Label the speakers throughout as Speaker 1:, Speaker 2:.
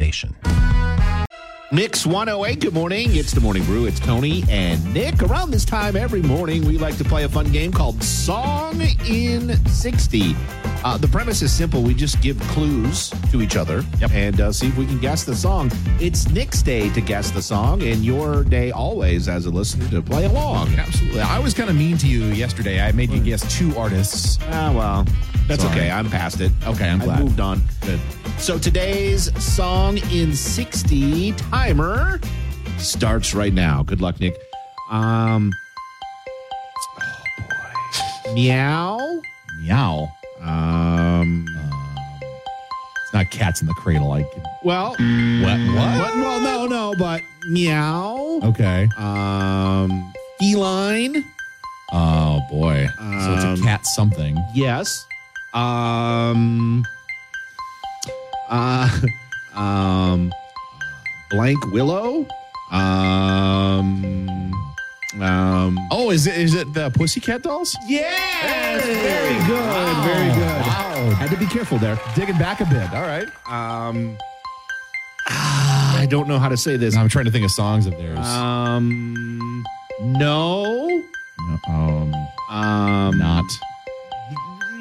Speaker 1: station. Mix 108, good morning. It's the Morning Brew. It's Tony and Nick. Around this time every morning, we like to play a fun game called Song in 60. Uh, the premise is simple. We just give clues to each other
Speaker 2: Yep.
Speaker 1: and uh, see if we can guess the song. It's Nick's day to guess the song, and your day always as a listener to play along.
Speaker 2: Absolutely. I was kind of mean to you yesterday. I made you guess two artists.
Speaker 1: Ah, well, that's
Speaker 2: Sorry.
Speaker 1: okay. I'm past it.
Speaker 2: Okay, I'm
Speaker 1: I
Speaker 2: glad.
Speaker 1: moved on. So today's song in 60 timer starts right now. Good luck, Nick. Um, oh boy. Meow.
Speaker 2: Meow.
Speaker 1: Um,
Speaker 2: It's not cats in the cradle. I can...
Speaker 1: well,
Speaker 2: What?
Speaker 1: what- well, no, no, but meow.
Speaker 2: Okay.
Speaker 1: Um, feline.
Speaker 2: Oh, boy. so
Speaker 1: Um,
Speaker 2: it's a cat something.
Speaker 1: Yes. Um. Uh. Um. Blank Willow. Um. Um.
Speaker 2: Oh, is it is it the Pussycat Dolls?
Speaker 1: Yes. Very good. Very good.
Speaker 2: Wow.
Speaker 1: Had to be careful there.
Speaker 2: Digging back a bit. All right.
Speaker 1: Um. ah, I don't know how to say this.
Speaker 2: I'm trying to Uh, think of songs of theirs.
Speaker 1: Um. No.
Speaker 2: No, um,
Speaker 1: Um. uh,
Speaker 2: not.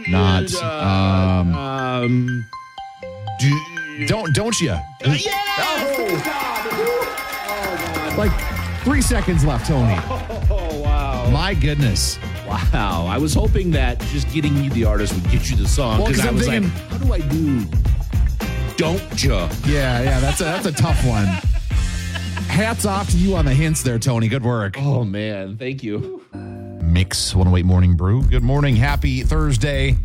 Speaker 2: Not, um,
Speaker 1: um. Do.
Speaker 2: Don't don't you?
Speaker 1: Oh,
Speaker 2: Like three seconds left, Tony.
Speaker 1: Oh wow.
Speaker 2: My goodness.
Speaker 1: Wow, I was hoping that just getting you the artist would get you the song
Speaker 2: Well,
Speaker 1: because
Speaker 2: 'cause
Speaker 1: I
Speaker 2: I'm
Speaker 1: was
Speaker 2: thinking-
Speaker 1: like, how do I do? Don't ya?
Speaker 2: Yeah, yeah. That's a that's a tough one. Hats off to you on the hints there, Tony. Good work.
Speaker 1: Oh man, thank you.
Speaker 2: Mix 108 Morning Brew. Good morning. Happy Thursday.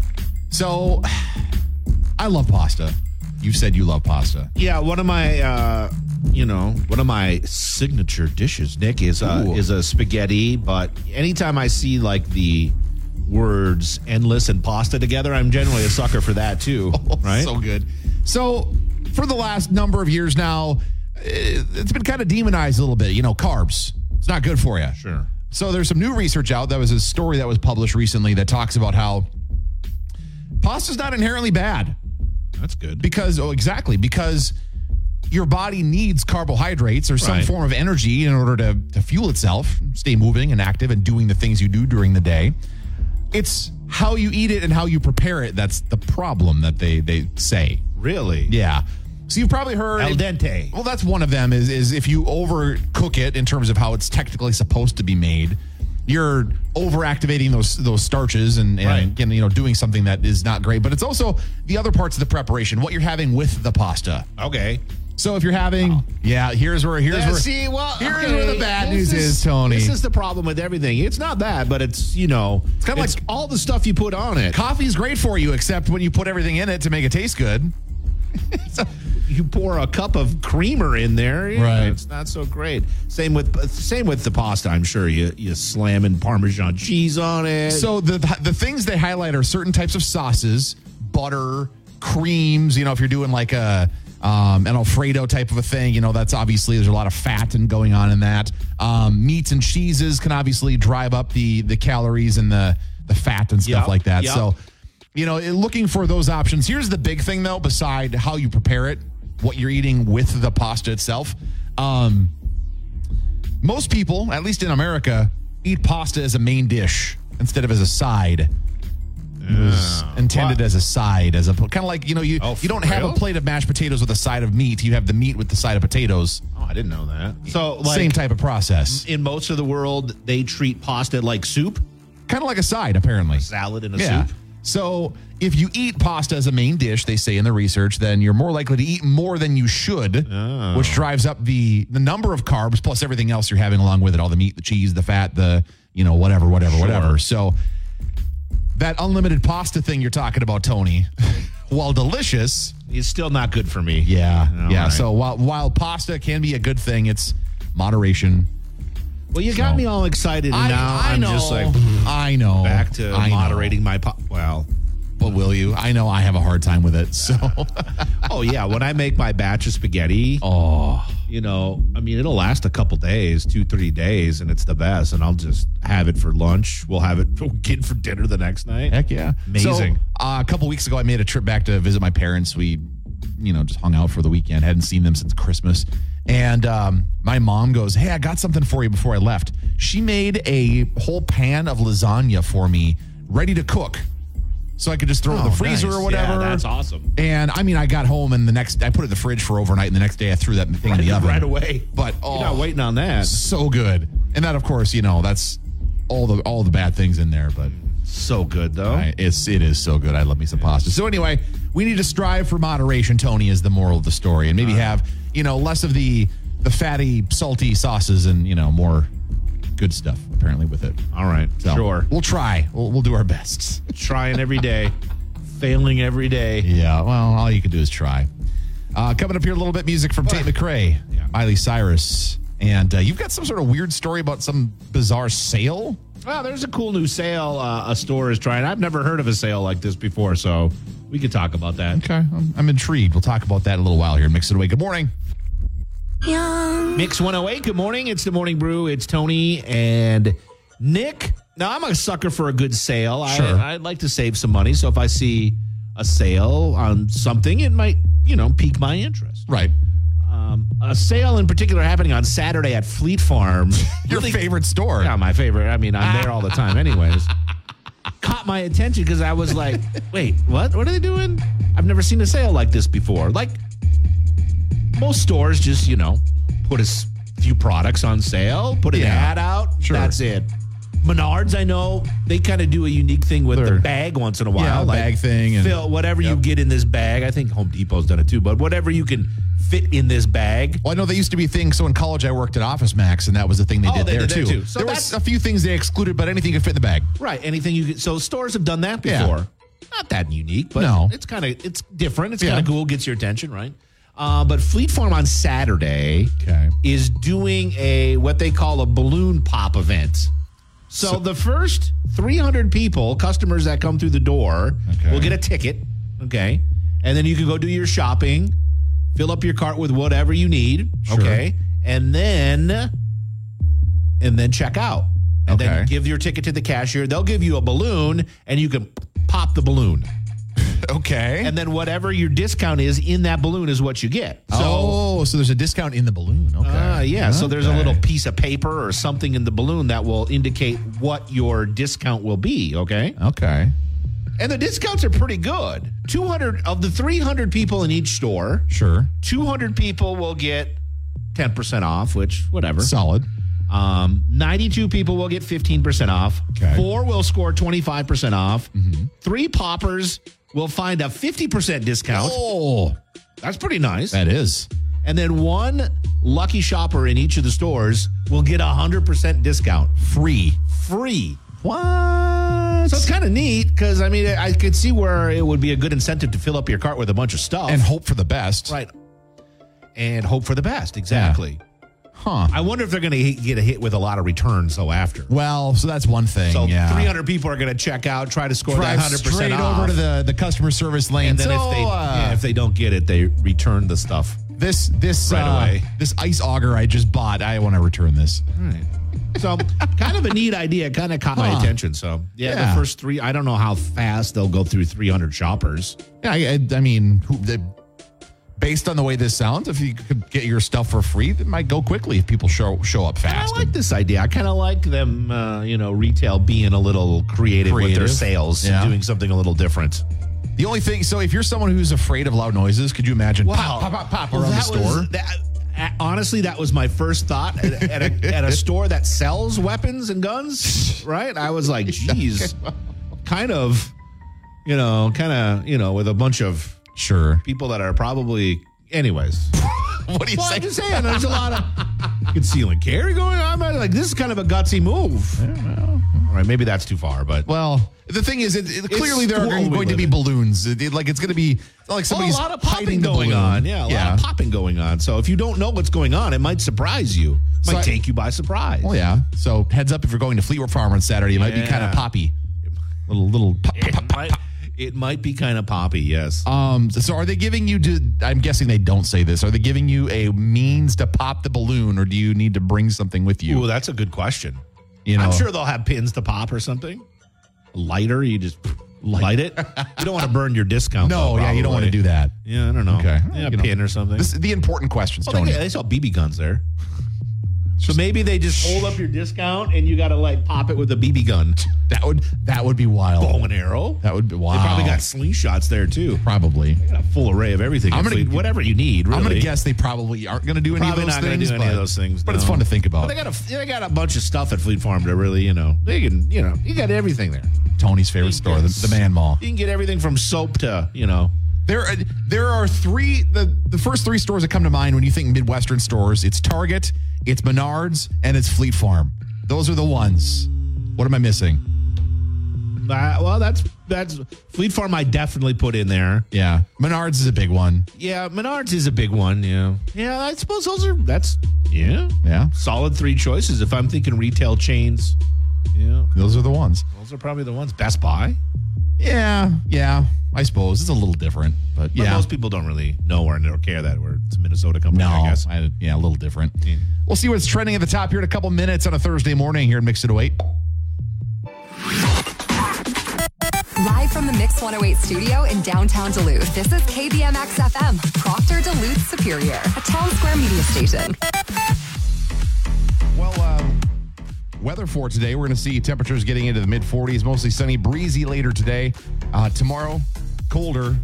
Speaker 2: So, I love pasta. You said you love pasta.
Speaker 1: Yeah, one of my, uh, you know, one of my signature dishes, Nick, is uh,
Speaker 2: Ooh.
Speaker 1: is a spaghetti. But anytime I see like the words endless and pasta together, I'm generally a sucker for that too. right?
Speaker 2: So good. So, for the last number of years now, eh, it's been kind of demonized a little bit. You know, carbs. It's not good for you.
Speaker 1: Sure.
Speaker 2: So, there's some new research out. That was a story that was published recently that talks about how pasta's not inherently bad.
Speaker 1: That's good.
Speaker 2: because oh exactly because your body needs carbohydrates or some
Speaker 1: Right.
Speaker 2: form of energy in order to, to fuel itself stay moving and active and doing the things you do during the day it's how you eat it and how you prepare it that's the problem that they they say
Speaker 1: really?
Speaker 2: yeah so you've probably heard
Speaker 1: Al dente.
Speaker 2: well, that's one of them. Is is if you overcook it in terms of how it's technically supposed to be made, you're overactivating those those starches and and,
Speaker 1: Right.
Speaker 2: and, you know doing something that is not great. But it's also the other parts of the preparation, what you're having with the pasta.
Speaker 1: Okay.
Speaker 2: So if you're having, yeah, here's where here's
Speaker 1: Yeah,
Speaker 2: where
Speaker 1: see, well,
Speaker 2: here's
Speaker 1: okay,
Speaker 2: where the bad news
Speaker 1: this
Speaker 2: is, Tony.
Speaker 1: This is the problem with everything. It's not that, but it's you know, it's
Speaker 2: kinda like-
Speaker 1: all the stuff you put on it.
Speaker 2: coffee's great for you, except when you put everything in it to make it taste good.
Speaker 1: You pour a cup of creamer in there, yeah,
Speaker 2: Right.
Speaker 1: It's not so great. Same with same with the pasta. I'm sure you you slamming Parmesan cheese on it.
Speaker 2: So the the things they highlight are certain types of sauces, butter, creams. You know, if you're doing like a um, an Alfredo type of a thing, you know that's obviously there's a lot of fat and going on in that. Um, meats and cheeses can obviously drive up the the calories and the the fat and stuff
Speaker 1: Yep,
Speaker 2: like that.
Speaker 1: yep.
Speaker 2: So, you know, it- looking for those options. Here's the big thing though, beside how you prepare it, what you're eating with the pasta itself. Um, most people, at least in America, eat pasta as a main dish instead of as a side. It was intended
Speaker 1: why-
Speaker 2: as a side, as a kind of like you know you
Speaker 1: Oh,
Speaker 2: you don't
Speaker 1: for
Speaker 2: have
Speaker 1: real?
Speaker 2: a plate of mashed potatoes with a side of meat. You have the meat with the side of potatoes.
Speaker 1: oh, I didn't know that. So like
Speaker 2: Same type of process,
Speaker 1: in most of the world, they treat pasta like soup,
Speaker 2: kind of like a side apparently.
Speaker 1: salad and a
Speaker 2: Yeah.
Speaker 1: soup.
Speaker 2: So if you eat pasta as a main dish, they say in the research, then you're more likely to eat more than you should,
Speaker 1: Oh.
Speaker 2: which drives up the the number of carbs plus everything else you're having along with it, all the meat, the cheese, the fat, the you know whatever, whatever, whatever. So that unlimited pasta thing you're talking about, Tony, while delicious,
Speaker 1: It's still not good for me.
Speaker 2: yeah,
Speaker 1: All
Speaker 2: yeah.
Speaker 1: right.
Speaker 2: So while while pasta can be a good thing, it's moderation.
Speaker 1: well, you got
Speaker 2: So-
Speaker 1: me all excited, and now am just like
Speaker 2: I know,
Speaker 1: back to
Speaker 2: I know.
Speaker 1: moderating my pop. Well.
Speaker 2: But will you? I know I have a hard time with it. So.
Speaker 1: Oh yeah, when I make my batch of spaghetti, oh, you know, I mean, it'll last a couple days, two, three days, and it's the best. And I'll just have it for lunch. We'll have it we'll get for dinner the next night.
Speaker 2: Heck yeah.
Speaker 1: Amazing.
Speaker 2: So, uh, a couple weeks ago, I made a trip back to visit my parents. We you know, just hung out for the weekend. Hadn't seen them since Christmas. And um, my mom goes, Hey, I got something for you before I left. She made a whole pan of lasagna for me, ready to cook. So I could just throw it in
Speaker 1: Oh,
Speaker 2: the freezer
Speaker 1: nice.
Speaker 2: or whatever.
Speaker 1: Yeah, that's awesome.
Speaker 2: And I mean, I got home and the next, I put it in the fridge for overnight. And the next day I threw that thing in the oven.
Speaker 1: right away.
Speaker 2: But oh,
Speaker 1: You're not waiting on that.
Speaker 2: so good. And that, of course, you know, that's all the all the bad things in there, but
Speaker 1: So good though.
Speaker 2: I, it's it is so good. I love me some pasta. So anyway, we need to strive for moderation. Tony is the moral of the story, and maybe have you know less of the the fatty, salty sauces, and you know more good stuff. Apparently, with it.
Speaker 1: All right.
Speaker 2: So
Speaker 1: Sure.
Speaker 2: we'll try. We'll, we'll do our best.
Speaker 1: Trying every day, failing every day.
Speaker 2: Yeah. Well, all you can do is try. Uh, coming up here a little bit, music from Tate McRae,
Speaker 1: Yeah.
Speaker 2: Miley Cyrus, and uh, you've got some sort of weird story about some bizarre sale.
Speaker 1: Well, Ah, there's a cool new sale uh, a store is trying. I've never heard of a sale like this before, so we could talk about that.
Speaker 2: Okay, I'm, I'm intrigued. We'll talk about that in a little while here. Mix it away. Good morning.
Speaker 1: Mix 108. Good morning. It's the Morning Brew. It's Tony and Nick. Now, I'm a sucker for a good sale.
Speaker 2: Sure.
Speaker 1: I, I'd like to save some money. So if I see a sale on something, it might, you know, pique my interest.
Speaker 2: Right.
Speaker 1: Um, a sale in particular happening on Saturday at Fleet Farm.
Speaker 2: Your
Speaker 1: Really-
Speaker 2: favorite store.
Speaker 1: Yeah, my favorite. I mean, I'm there all the time, anyways. Caught my attention because I was like, wait, what? What are they doing? I've never seen a sale like this before. Like, most stores just, you know, put a s- few products on sale, put an
Speaker 2: Yeah,
Speaker 1: ad out.
Speaker 2: sure.
Speaker 1: That's it. Menards, I know they kind of do a unique thing with
Speaker 2: They're-
Speaker 1: the bag once in a while,
Speaker 2: Yeah, bag thing and-
Speaker 1: fill whatever you
Speaker 2: Yep.
Speaker 1: get in this bag. I think Home Depot's done it too, but whatever you can fit in this bag,
Speaker 2: Well, I know they used to be things. So in college, I worked at Office Max, and that was the thing they
Speaker 1: Oh,
Speaker 2: did
Speaker 1: they
Speaker 2: there
Speaker 1: did that
Speaker 2: too.
Speaker 1: too. So
Speaker 2: there
Speaker 1: that's-
Speaker 2: was a few things they excluded, but anything could fit in the bag.
Speaker 1: Right. Anything you could, so stores have done that
Speaker 2: Yeah.
Speaker 1: before. Not that unique, but
Speaker 2: No.
Speaker 1: it's kind of it's different. It's
Speaker 2: Yeah.
Speaker 1: kind of cool. Gets your attention, right? Uh, but Fleet Farm on Saturday
Speaker 2: Okay.
Speaker 1: is doing a what they call a balloon pop event. So, the first 300 people, customers that come through the door,
Speaker 2: Okay.
Speaker 1: will get a ticket. Okay, and then you can go do your shopping, fill up your cart with whatever you need.
Speaker 2: Sure.
Speaker 1: Okay, and then and then check out. And
Speaker 2: Okay.
Speaker 1: then give your ticket to the cashier. They'll give you a balloon and you can pop the balloon.
Speaker 2: Okay.
Speaker 1: And then whatever your discount is in that balloon is what you get. So
Speaker 2: oh, so there's a discount in the balloon. Okay.
Speaker 1: Ah, yeah. So there's a
Speaker 2: Okay.
Speaker 1: little piece of paper or something in the balloon that will indicate what your discount will be, okay?
Speaker 2: Okay.
Speaker 1: And the discounts are pretty good. 200 of the 300 people in each store,
Speaker 2: Sure.
Speaker 1: 200 people will get 10% off, which whatever.
Speaker 2: Solid.
Speaker 1: Um, 92 people will get 15% off.
Speaker 2: Okay. Mm-hmm.
Speaker 1: Four will score 25% off. Three poppers will find a 50% discount.
Speaker 2: Oh,
Speaker 1: That's pretty nice.
Speaker 2: that is.
Speaker 1: And then one lucky shopper in each of the stores will get a 100% discount
Speaker 2: Free.
Speaker 1: free.
Speaker 2: What?
Speaker 1: So it's kind of neat because, I mean, I could see where it would be a good incentive to fill up your cart with a bunch of stuff.
Speaker 2: and hope for the best.
Speaker 1: right. And hope for the best. Exactly.
Speaker 2: Huh.
Speaker 1: I wonder if they're going to get a hit with a lot of returns, though, after.
Speaker 2: Well, so that's one thing.
Speaker 1: So
Speaker 2: yeah.
Speaker 1: 300 people are going to check out, try to score
Speaker 2: Drive
Speaker 1: that 100%
Speaker 2: straight
Speaker 1: off.
Speaker 2: over to the, the customer service lane.
Speaker 1: and then
Speaker 2: So,
Speaker 1: if they
Speaker 2: uh,
Speaker 1: yeah, if they don't get it, they return the stuff.
Speaker 2: this this
Speaker 1: Right
Speaker 2: uh,
Speaker 1: away.
Speaker 2: this ice auger I just bought, I want to return this.
Speaker 1: So kind of a neat idea, kind of caught
Speaker 2: Huh.
Speaker 1: my attention. So yeah,
Speaker 2: Yeah.
Speaker 1: the first three, I don't know how fast they'll go through 300 shoppers.
Speaker 2: Yeah, I, I, I mean, who, the, based on the way this sounds, if you could get your stuff for free, it might go quickly if people show show up
Speaker 1: I
Speaker 2: fast.
Speaker 1: like this idea. I kind of like them, uh, you know, retail being a little creative, with their
Speaker 2: Creative.
Speaker 1: sales, and
Speaker 2: Yeah.
Speaker 1: doing something a little different.
Speaker 2: the only thing, so if you're someone who's afraid of loud noises, could you imagine pop pop pop, pop
Speaker 1: Well,
Speaker 2: around the
Speaker 1: that was-
Speaker 2: store?
Speaker 1: that- uh, honestly, that was my first thought at, at a, at a store that sells weapons and guns. Right? I was like, geez, kind of, you know, kind of, you know, with a bunch of
Speaker 2: Sure.
Speaker 1: people that are probably, anyways.
Speaker 2: What do you
Speaker 1: Well,
Speaker 2: say?
Speaker 1: I'm just saying, there's a lot of conceal and carry going on. I'm like, this is kind of a gutsy move. All right, maybe that's too far, but
Speaker 2: well, the thing is, it, it- clearly there are
Speaker 1: world we
Speaker 2: going to
Speaker 1: live
Speaker 2: be
Speaker 1: in.
Speaker 2: balloons. It- it- like it's going to be it's not like somebody's
Speaker 1: a lot of
Speaker 2: hiding
Speaker 1: popping
Speaker 2: the
Speaker 1: going
Speaker 2: balloon.
Speaker 1: on. Yeah, a lot of popping going on. So if you don't know what's going on, it might surprise you. It
Speaker 2: So
Speaker 1: might
Speaker 2: I-
Speaker 1: take you by surprise.
Speaker 2: Well, yeah. So heads up if you're going to Fleetwood Farm on Saturday, you might be kind of
Speaker 1: Yeah.
Speaker 2: poppy. Little little pop, pop,
Speaker 1: It might, it might be kind of poppy, yes.
Speaker 2: Um, so are they giving you? Do, I'm guessing they don't say this. Are they giving you a means to pop the balloon, or do you need to bring something with you?
Speaker 1: Ooh, that's a good question.
Speaker 2: you know,
Speaker 1: I'm sure they'll have pins to pop or something. A lighter, you just Light, it. You don't want to burn your discount.
Speaker 2: No,
Speaker 1: though,
Speaker 2: yeah, you don't want to
Speaker 1: probably.
Speaker 2: do that.
Speaker 1: Yeah, I don't know.
Speaker 2: Okay.
Speaker 1: Yeah,
Speaker 2: You
Speaker 1: a
Speaker 2: know.
Speaker 1: pin or something.
Speaker 2: This is the important questions,
Speaker 1: Well,
Speaker 2: Tony.
Speaker 1: they, they saw BB guns there. So maybe they just hold up your discount and you got to like pop it with a BB gun.
Speaker 2: That would that would be wild.
Speaker 1: Bow and arrow.
Speaker 2: That would be wow.
Speaker 1: They probably got slingshots there too.
Speaker 2: probably.
Speaker 1: They got a full array of everything.
Speaker 2: I'm gonna-
Speaker 1: Fleet- whatever you need, really.
Speaker 2: I'm gonna guess they probably aren't gonna do any
Speaker 1: Probably
Speaker 2: of those
Speaker 1: not gonna
Speaker 2: things.
Speaker 1: do any
Speaker 2: but,
Speaker 1: of those things,
Speaker 2: But it's
Speaker 1: no.
Speaker 2: fun to think
Speaker 1: But
Speaker 2: about.
Speaker 1: they got a they got a bunch of stuff at Fleet Farm to really, you know, they can, you know, you got everything there.
Speaker 2: Tony's favorite store, the, the Man Mall.
Speaker 1: You can get everything from soap to, you know,
Speaker 2: There, uh, there are three. The the first three stores that come to mind when you think Midwestern stores. It's Target, it's Menards, and it's Fleet Farm. Those are the ones. What am I missing?
Speaker 1: uh, well, that's that's Fleet Farm. I definitely put in there.
Speaker 2: Yeah, Menards is a big one.
Speaker 1: Yeah, Menards is a big one. Yeah, yeah. I suppose those are that's yeah,
Speaker 2: Yeah,
Speaker 1: solid three choices. If I'm thinking retail chains, yeah,
Speaker 2: those are the ones.
Speaker 1: those are probably the ones. Best Buy.
Speaker 2: Yeah, yeah. I suppose it's a little different, but
Speaker 1: But
Speaker 2: yeah,
Speaker 1: most people don't really know or, or care that we're it's a Minnesota company. I guess.
Speaker 2: I- yeah, a little different. We'll see what's trending at the top here in a couple minutes on a Thursday morning here in Mix It oh Away.
Speaker 3: Live from the Mix 108 studio in downtown Duluth, this is KBMX FM, Proctor Duluth Superior, a town square media station.
Speaker 2: Well, um, weather for today, we're going to see temperatures getting into the mid 40s, mostly sunny, breezy later today. Uh, tomorrow, colder,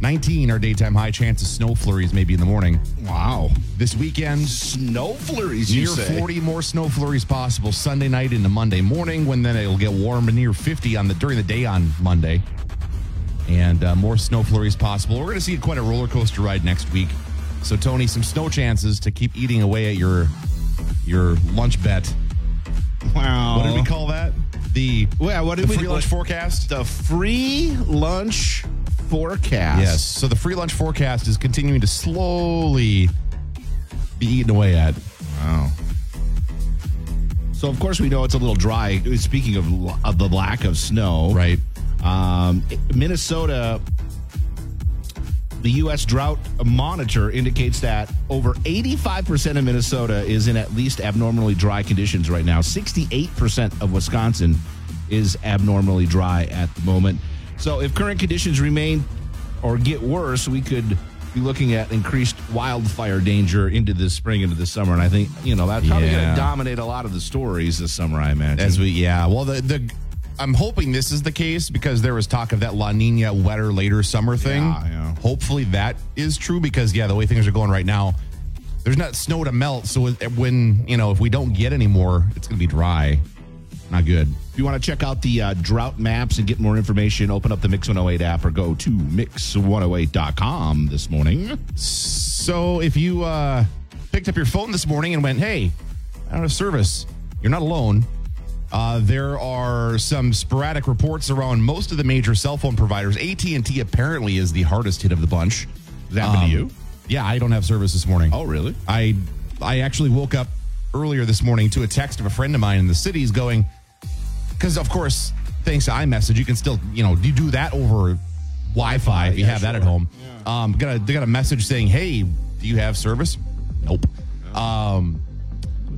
Speaker 2: 19 our daytime high chance of snow flurries maybe in the morning.
Speaker 1: Wow,
Speaker 2: This weekend,
Speaker 1: snow flurries.
Speaker 2: near 40 more snow flurries possible Sunday night into Monday morning when then it'll get warm and near 50 on the during the day on Monday and uh, more snow flurries possible. We're going to see quite a roller coaster ride next week. So Tony, some snow chances to keep eating away at your your lunch bet.
Speaker 1: Wow.
Speaker 2: What did we call that? The
Speaker 1: Well, what
Speaker 2: the
Speaker 1: did we
Speaker 2: free lunch
Speaker 1: what-
Speaker 2: forecast?
Speaker 1: The free lunch forecast.
Speaker 2: Yes. So the free lunch forecast is continuing to slowly be eaten away at.
Speaker 1: Wow. So of course we know it's a little dry. Speaking of of the lack of snow,
Speaker 2: Right.
Speaker 1: Um, Minnesota, the U.S. Drought Monitor indicates that over 85% of Minnesota is in at least abnormally dry conditions right now. 68% of Wisconsin is abnormally dry at the moment. So if current conditions remain or get worse, we could be looking at increased wildfire danger into the spring, into the summer. And I think, you know, that's probably going
Speaker 2: Yeah.
Speaker 1: to dominate a lot of the stories this summer, I imagine.
Speaker 2: As we, yeah. Well, the the I'm hoping this is the case because there was talk of that La Nina wetter later summer thing.
Speaker 1: Yeah, yeah.
Speaker 2: Hopefully that is true because yeah, the way things are going right now, there's not snow to melt. So it- when you know if we don't get any more, it's gonna be dry. Not good.
Speaker 1: If you want to check out the uh, drought maps and get more information, open up the Mix 108 app or go to mix108.com this morning.
Speaker 2: So if you uh, picked up your phone this morning and went, "Hey, I don't have service," you're not alone. Uh, there are some sporadic reports around most of the major cell phone providers. AT and T apparently is the hardest hit of the bunch.
Speaker 1: Does that happen to you?
Speaker 2: Um, Yeah, I don't have service this morning.
Speaker 1: Oh, really?
Speaker 2: I I actually woke up earlier this morning to a text of a friend of mine in the cities going because of course thanks to iMessage you can still you know you do that over Wi-Fi if you
Speaker 1: yeah,
Speaker 2: have that at
Speaker 1: sure.
Speaker 2: home. Um, got a, they got a message saying, "Hey, do you have service?" Nope. Um,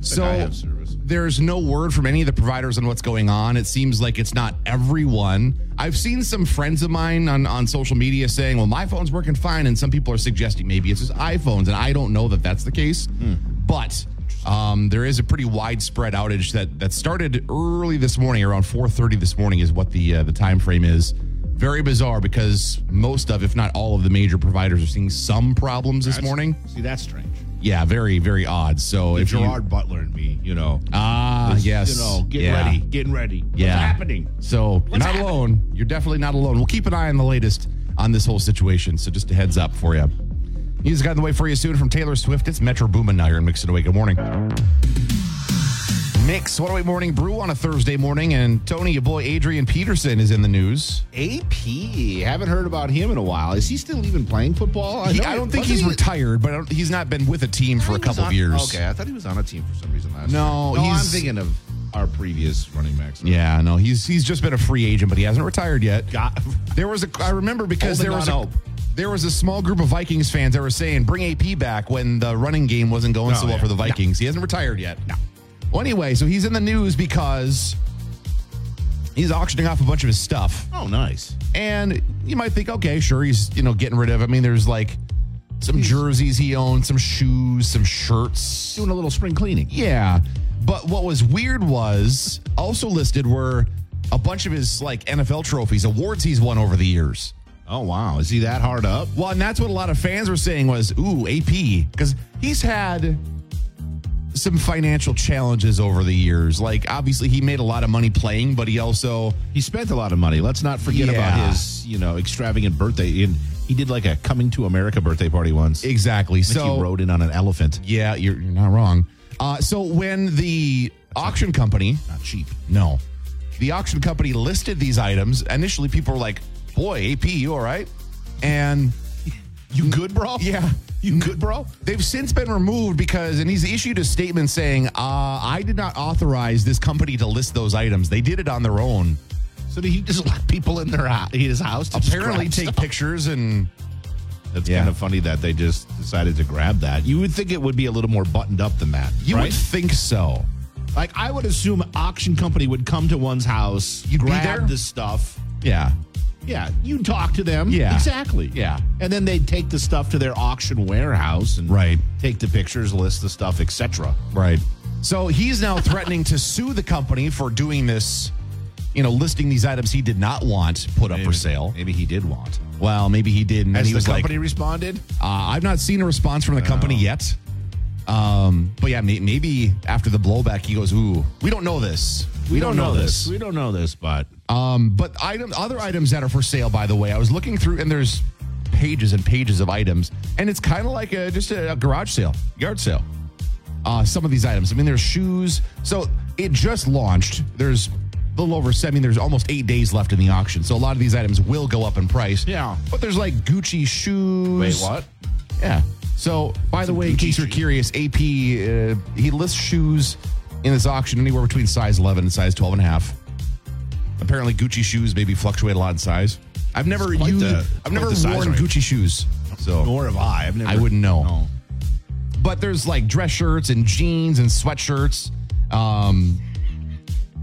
Speaker 2: so
Speaker 1: Oh. I have service.
Speaker 2: there's no word from any of the providers on what's going on. It seems like it's not everyone. I've seen some friends of mine on, on social media saying, well, my phone's working fine. And some people are suggesting maybe it's just iPhones. And I don't know that that's the case. But um, there is a pretty widespread outage that, that started early this morning, around 4.30 this morning is what the, uh, the time frame is. Very bizarre because most of, if not all of the major providers are seeing some problems this morning.
Speaker 1: See, that's strange.
Speaker 2: Yeah, very, very odd. So if you-
Speaker 1: Gerard Butler and me, you know.
Speaker 2: Ah, yes.
Speaker 1: You know, getting
Speaker 2: Yeah.
Speaker 1: ready, getting ready. What's
Speaker 2: Yeah.
Speaker 1: happening?
Speaker 2: So you're
Speaker 1: What's
Speaker 2: not
Speaker 1: happening?
Speaker 2: alone. You're definitely not alone. We'll keep an eye on the latest on this whole situation. So just a heads up for you. Music on the way for you soon from Taylor Swift. It's Metro Boomin now. You're in Mix It Away. Good morning. Mix, what away morning brew on a Thursday morning. And Tony, your boy Adrian Peterson is in the news.
Speaker 1: AP. Haven't heard about him in a while. Is he still even playing football?
Speaker 2: He-
Speaker 1: know
Speaker 2: I
Speaker 1: he-
Speaker 2: don't think
Speaker 1: wasn't
Speaker 2: he's
Speaker 1: he-
Speaker 2: retired, but I don't, he's not been with a team for a
Speaker 1: I thought he was
Speaker 2: couple of
Speaker 1: on-
Speaker 2: years.
Speaker 1: Okay, I thought he was on a team for some reason last
Speaker 2: No,
Speaker 1: year. I'm
Speaker 2: he's-
Speaker 1: thinking of our previous running backs.
Speaker 2: Yeah, no, he's he's just been a free agent, but he hasn't retired yet.
Speaker 1: Got-
Speaker 2: There was a I remember because
Speaker 1: Holding
Speaker 2: there was
Speaker 1: on
Speaker 2: a,
Speaker 1: hope.
Speaker 2: there was a small group of Vikings fans that were saying bring AP back when the running game wasn't going
Speaker 1: No,
Speaker 2: so well
Speaker 1: yeah.
Speaker 2: for the Vikings. He hasn't retired yet. No. Well, anyway, so he's in the news because He's auctioning off a bunch of his stuff.
Speaker 1: Oh, nice.
Speaker 2: And you might think, okay, sure, he's you know getting rid of. I mean, there's like some jerseys he owned, some shoes, some shirts.
Speaker 1: Doing a little spring cleaning.
Speaker 2: Yeah, but what was weird was also listed were a bunch of his like NFL trophies, awards he's won over the years.
Speaker 1: Oh, wow. Is he that hard up?
Speaker 2: Well, and that's what a lot of fans were saying was, ooh, AP, because he's had some financial challenges over the years. Like, obviously, he made a lot of money playing, but he also,
Speaker 1: He spent a lot of money. Let's not forget
Speaker 2: Yeah.
Speaker 1: about his, you know, extravagant birthday. And he did like a coming to America birthday party once.
Speaker 2: exactly.
Speaker 1: I think
Speaker 2: So,
Speaker 1: he rode in on an elephant.
Speaker 2: yeah, you're, you're not wrong. Uh, so, when the auction company,
Speaker 1: Not cheap.
Speaker 2: no, the auction company listed these items, initially people were like, boy, AP, you all right? And
Speaker 1: You good, bro?
Speaker 2: Yeah.
Speaker 1: You good, bro?
Speaker 2: They've since been removed because, and he's issued a statement saying, uh, I did not authorize this company to list those items. They did it on their own.
Speaker 1: So did he just lock people in their hou- his house? To just
Speaker 2: Apparently,
Speaker 1: grab
Speaker 2: take
Speaker 1: stuff?
Speaker 2: pictures and.
Speaker 1: That's
Speaker 2: Yeah.
Speaker 1: kind of funny that they just decided to grab that. You would think it would be a little more buttoned up than that.
Speaker 2: You
Speaker 1: right?
Speaker 2: would think so.
Speaker 1: like I would assume auction company would come to one's house,
Speaker 2: You'd be there?
Speaker 1: grab the stuff.
Speaker 2: Yeah.
Speaker 1: Yeah, you talk to them.
Speaker 2: Yeah.
Speaker 1: exactly.
Speaker 2: Yeah.
Speaker 1: and then they'd take the stuff to their auction warehouse and
Speaker 2: Right.
Speaker 1: take the pictures, list the stuff, etc.
Speaker 2: Right. So he's now threatening to sue the company for doing this, you know, listing these items he did not want put up for sale.
Speaker 1: Maybe he did want.
Speaker 2: Well, maybe he did. And then
Speaker 1: As
Speaker 2: he
Speaker 1: the
Speaker 2: was like,
Speaker 1: company responded,
Speaker 2: Uh, I've not seen a response from the company yet. Um, but yeah, may- maybe after the blowback, he goes, "Ooh, we don't know this. We, don't, know, this."
Speaker 1: We don't know this, but
Speaker 2: Um, but item, other items that are for sale, by the way, I was looking through, and there's pages and pages of items, and it's kind of like a, just a, a garage sale, yard sale. Uh, some of these items. I mean, there's shoes. So it just launched. There's a little over seven. I mean, there's almost eight days left in the auction, so a lot of these items will go up in price.
Speaker 1: Yeah.
Speaker 2: But there's like Gucci shoes. Yeah. So, by the way, in case you're curious, AP, uh, he lists shoes in this auction anywhere between size 11 and size 12 and a half. Apparently, Gucci shoes maybe fluctuate a lot in size. I've never
Speaker 1: It's quite
Speaker 2: used,
Speaker 1: the-
Speaker 2: I've
Speaker 1: quite
Speaker 2: never
Speaker 1: the size
Speaker 2: worn
Speaker 1: range.
Speaker 2: Gucci shoes. So,
Speaker 1: Nor have I. I've never.
Speaker 2: I wouldn't know.
Speaker 1: No.
Speaker 2: but there's like dress shirts and jeans and sweatshirts. Um,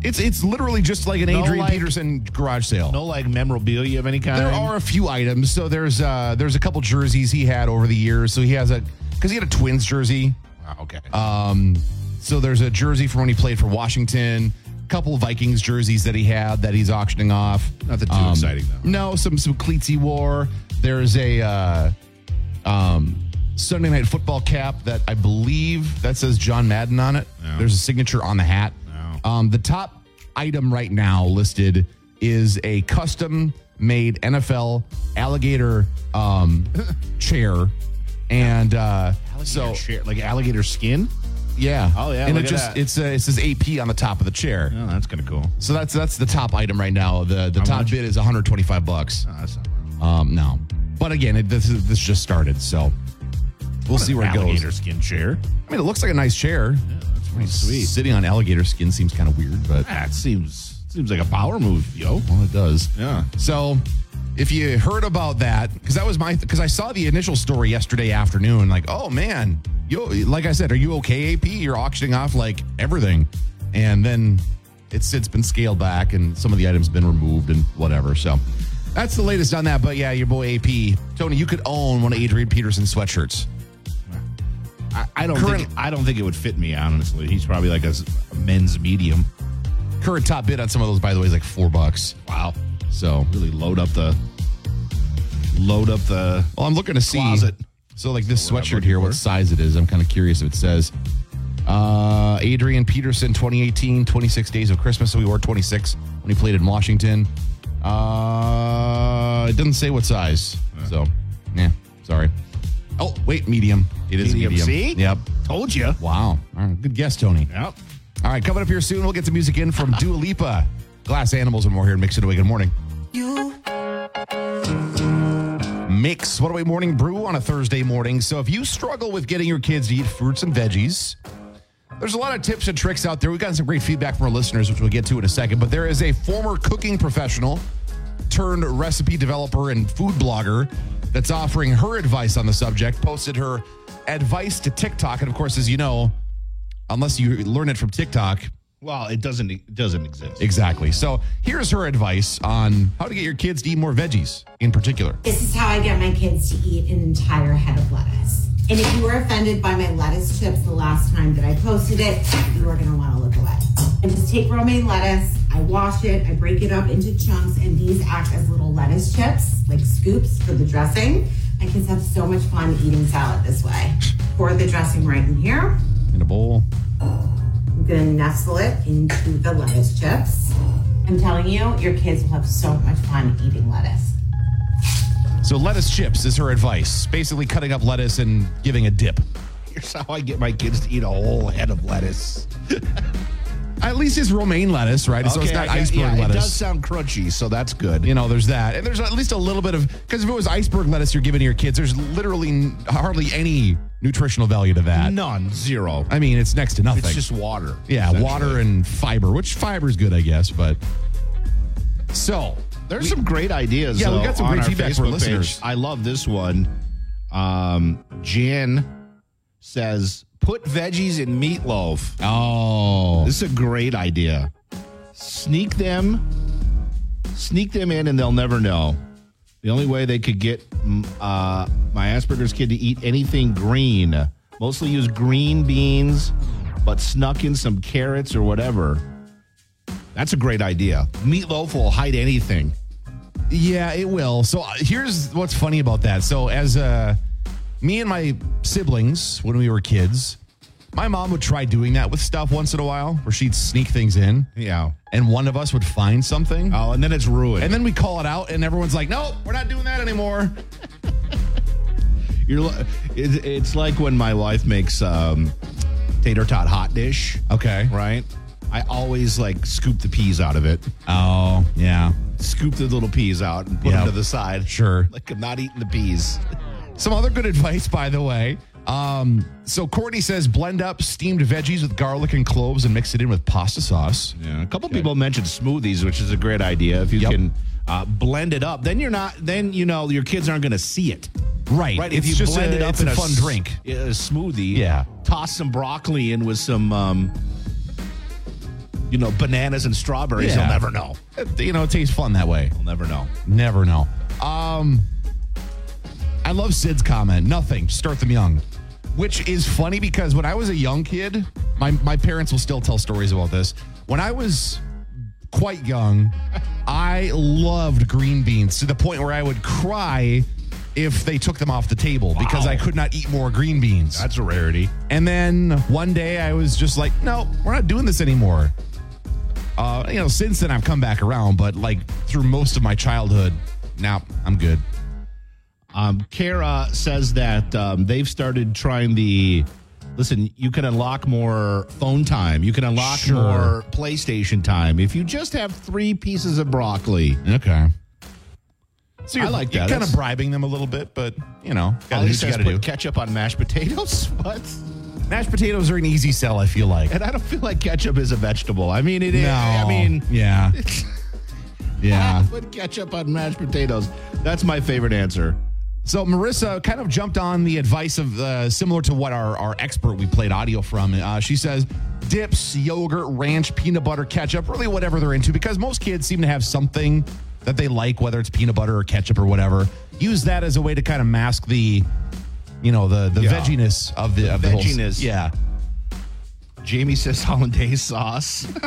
Speaker 2: it's it's literally just like an
Speaker 1: No,
Speaker 2: Adrian
Speaker 1: like-
Speaker 2: Peterson garage sale.
Speaker 1: No, like memorabilia of any kind.
Speaker 2: There are a few items. So there's uh there's a couple jerseys he had over the years. So he has a because he had a Twins jersey.
Speaker 1: Ah, okay.
Speaker 2: Um, so there's a jersey from when he played for Washington, a couple Vikings jerseys that he had that he's auctioning off. Um,
Speaker 1: Nothing too exciting, though.
Speaker 2: No, some some cleats he wore. There's a uh, um, Sunday night football cap that I believe that says John Madden on it.
Speaker 1: No.
Speaker 2: There's a signature on the hat.
Speaker 1: No.
Speaker 2: Um, the top item right now listed is a custom made NFL alligator um, chair. And uh, so
Speaker 1: so like alligator skin.
Speaker 2: yeah.
Speaker 1: Oh, yeah,
Speaker 2: And
Speaker 1: look
Speaker 2: it
Speaker 1: at
Speaker 2: just
Speaker 1: that.
Speaker 2: it's uh, it says AP on the top of the chair.
Speaker 1: Oh, that's kind of cool.
Speaker 2: So that's that's the top item right now. The the top
Speaker 1: much? Oh.
Speaker 2: bid is 125 bucks.
Speaker 1: No, that's not much.
Speaker 2: Um, no, but again, it, this is, this just started, so we'll see where it
Speaker 1: alligator
Speaker 2: goes.
Speaker 1: skin chair.
Speaker 2: I mean, it looks like a nice chair.
Speaker 1: That's pretty sweet.
Speaker 2: Sitting on alligator skin seems kind of weird, but
Speaker 1: That seems seems like a power move, yo.
Speaker 2: well, it does.
Speaker 1: Yeah.
Speaker 2: So if you heard about that, because that was my because I saw the initial story yesterday afternoon, like, oh man, yo, like I said, are you okay, AP? You're auctioning off like everything, and then it's it's been scaled back, and some of the items have been removed and whatever. So that's the latest on that. But yeah, your boy AP Tony, you could own one of Adrian Peterson sweatshirts.
Speaker 1: I, I don't
Speaker 2: Current-
Speaker 1: think I don't think it would fit me honestly. He's probably like a, s- a men's medium.
Speaker 2: Current top bid on some of those, by the way, is like four bucks.
Speaker 1: Wow,
Speaker 2: So
Speaker 1: really load up the load up the.
Speaker 2: Well, I'm looking to see.
Speaker 1: Closet.
Speaker 2: So, like this
Speaker 1: So what I'm
Speaker 2: sweatshirt
Speaker 1: looking
Speaker 2: here,
Speaker 1: for.
Speaker 2: what size it is. I'm kind of curious if it says uh, Adrian Peterson 2018, 26 Days of Christmas. So, he wore 26 when he played in Washington. Uh, it doesn't say what size. So, yeah, sorry. Oh, wait, medium. It is medium.
Speaker 1: Medium, see?
Speaker 2: Yep.
Speaker 1: Told you.
Speaker 2: Wow. All right, good guess, Tony.
Speaker 1: Yep.
Speaker 2: All right, coming up here soon, we'll get some music in from Dua Lipa, Glass Animals, and more here in Mix It Away. Good morning. Mix What Away Morning Brew on a Thursday morning. So if you struggle with getting your kids to eat fruits and veggies, there's a lot of tips and tricks out there. We've gotten some great feedback from our listeners, which we'll get to in a second. But there is a former cooking professional turned recipe developer and food blogger that's offering her advice on the subject, posted her advice to TikTok. And of course, as you know, unless you learn it from TikTok,
Speaker 1: Well, it doesn't it doesn't exist.
Speaker 2: Exactly. So here's her advice on how to get your kids to eat more veggies in particular.
Speaker 4: This is how I get my kids to eat an entire head of lettuce. And if you were offended by my lettuce chips the last time that I posted it, you are going to want to look away. And just take romaine lettuce, I wash it, I break it up into chunks, and these act as little lettuce chips, like scoops for the dressing. My kids have so much fun eating salad this way. Pour the dressing right in here.
Speaker 2: In a bowl.
Speaker 4: I'm gonna nestle it into the lettuce chips. I'm telling you, your kids will have so much fun eating lettuce.
Speaker 2: So lettuce chips is her advice. Basically cutting up lettuce and giving a dip.
Speaker 1: Here's how I get my kids to eat a whole head of lettuce.
Speaker 2: At least it's romaine lettuce, right? so it's not
Speaker 1: I guess-
Speaker 2: iceberg
Speaker 1: yeah,
Speaker 2: lettuce.
Speaker 1: It does sound crunchy, so that's good.
Speaker 2: you know, there's that. And there's at least a little bit of because if it was iceberg lettuce you're giving to your kids, there's literally n- hardly any nutritional value to that.
Speaker 1: None, zero.
Speaker 2: I mean, it's next to nothing.
Speaker 1: It's just water.
Speaker 2: yeah,
Speaker 1: essentially.
Speaker 2: water and fiber, which fiber's good, I guess, but so
Speaker 1: There's some great ideas.
Speaker 2: Yeah, we
Speaker 1: though,
Speaker 2: got some
Speaker 1: on
Speaker 2: great
Speaker 1: our
Speaker 2: feedback from
Speaker 1: Facebook
Speaker 2: listeners.
Speaker 1: page. I love this one. Um, Jan says, "Put veggies in meatloaf."
Speaker 2: Oh.
Speaker 1: This is a great idea. Sneak them, sneak them in, and they'll never know. The only way they could get mm, uh, my Asperger's kid to eat anything green, mostly use green beans, but snuck in some carrots or whatever. That's a great idea. Meatloaf will hide anything.
Speaker 2: Yeah, it will. So uh, here's what's funny about that. So as uh, me and my siblings when we were kids, my mom would try doing that with stuff once in a while, where she'd sneak things in,
Speaker 1: Yeah.
Speaker 2: and one of us would find something,
Speaker 1: Oh, and then it's ruined.
Speaker 2: and then we call it out, and everyone's like, "Nope, we're not doing that anymore."
Speaker 1: You're, li- it's, it's like when my wife makes um, tater tot hot dish.
Speaker 2: Okay.
Speaker 1: Right. I always like scoop the peas out of it.
Speaker 2: Oh, yeah,
Speaker 1: scoop the little peas out and put
Speaker 2: Yeah.
Speaker 1: them to the side.
Speaker 2: sure.
Speaker 1: Like I'm not eating the peas.
Speaker 2: Some other good advice, by the way. Um, so Courtney says blend up steamed veggies with garlic and cloves and mix it in with pasta sauce.
Speaker 1: Yeah, a couple people mentioned smoothies, which is a great idea. If you
Speaker 2: Yep.
Speaker 1: can uh, blend it up, then you're not. Then you know your kids aren't going to see it.
Speaker 2: Right.
Speaker 1: Right.
Speaker 2: It's just a- it's a fun
Speaker 1: s-
Speaker 2: drink.
Speaker 1: a smoothie.
Speaker 2: Yeah.
Speaker 1: Toss some broccoli in with some, um, you know, bananas and strawberries.
Speaker 2: Yeah.
Speaker 1: They'll never know.
Speaker 2: It- you know, it tastes fun that way.
Speaker 1: They'll never know.
Speaker 2: Never know. Um, I love Sid's comment. Nothing. Start them young, which is funny because when I was a young kid, my my parents will still tell stories about this. When I was quite young, I loved green beans to the point where I would cry if they took them off the table because
Speaker 1: Wow.
Speaker 2: I could not eat more green beans.
Speaker 1: a rarity.
Speaker 2: And then one day I was just like, no, we're not doing this anymore. Uh, you know, since then I've come back around, but like through most of my childhood, now I'm good.
Speaker 1: Um, Kara says that um, they've started trying the. Listen, you can unlock more phone time. You can unlock
Speaker 2: Sure.
Speaker 1: more PlayStation time if you just have three pieces of broccoli.
Speaker 2: Okay. So you're,
Speaker 1: I like
Speaker 2: you're
Speaker 1: that.
Speaker 2: kind of
Speaker 1: That's-
Speaker 2: bribing them a little bit, but you know, gotta do
Speaker 1: Ollie
Speaker 2: what you
Speaker 1: says
Speaker 2: gotta
Speaker 1: put
Speaker 2: do.
Speaker 1: ketchup on mashed potatoes. What?
Speaker 2: Mashed potatoes are an easy sell, I feel like.
Speaker 1: And I don't feel like ketchup is a vegetable. I mean, it is.
Speaker 2: No.
Speaker 1: I mean,
Speaker 2: yeah. yeah.
Speaker 1: put ketchup on mashed potatoes. That's my favorite answer.
Speaker 2: So Marissa kind of jumped on the advice of uh, similar to what our, our expert we played audio from. Uh, she says dips, yogurt, ranch, peanut butter, ketchup, really whatever they're into, because most kids seem to have something that they like, whether it's peanut butter or ketchup or whatever. Use that as a way to kind of mask the, you know, the the
Speaker 1: Yeah.
Speaker 2: vegginess of the, of the whole-
Speaker 1: vegginess.
Speaker 2: yeah.
Speaker 1: Jamie says hollandaise sauce.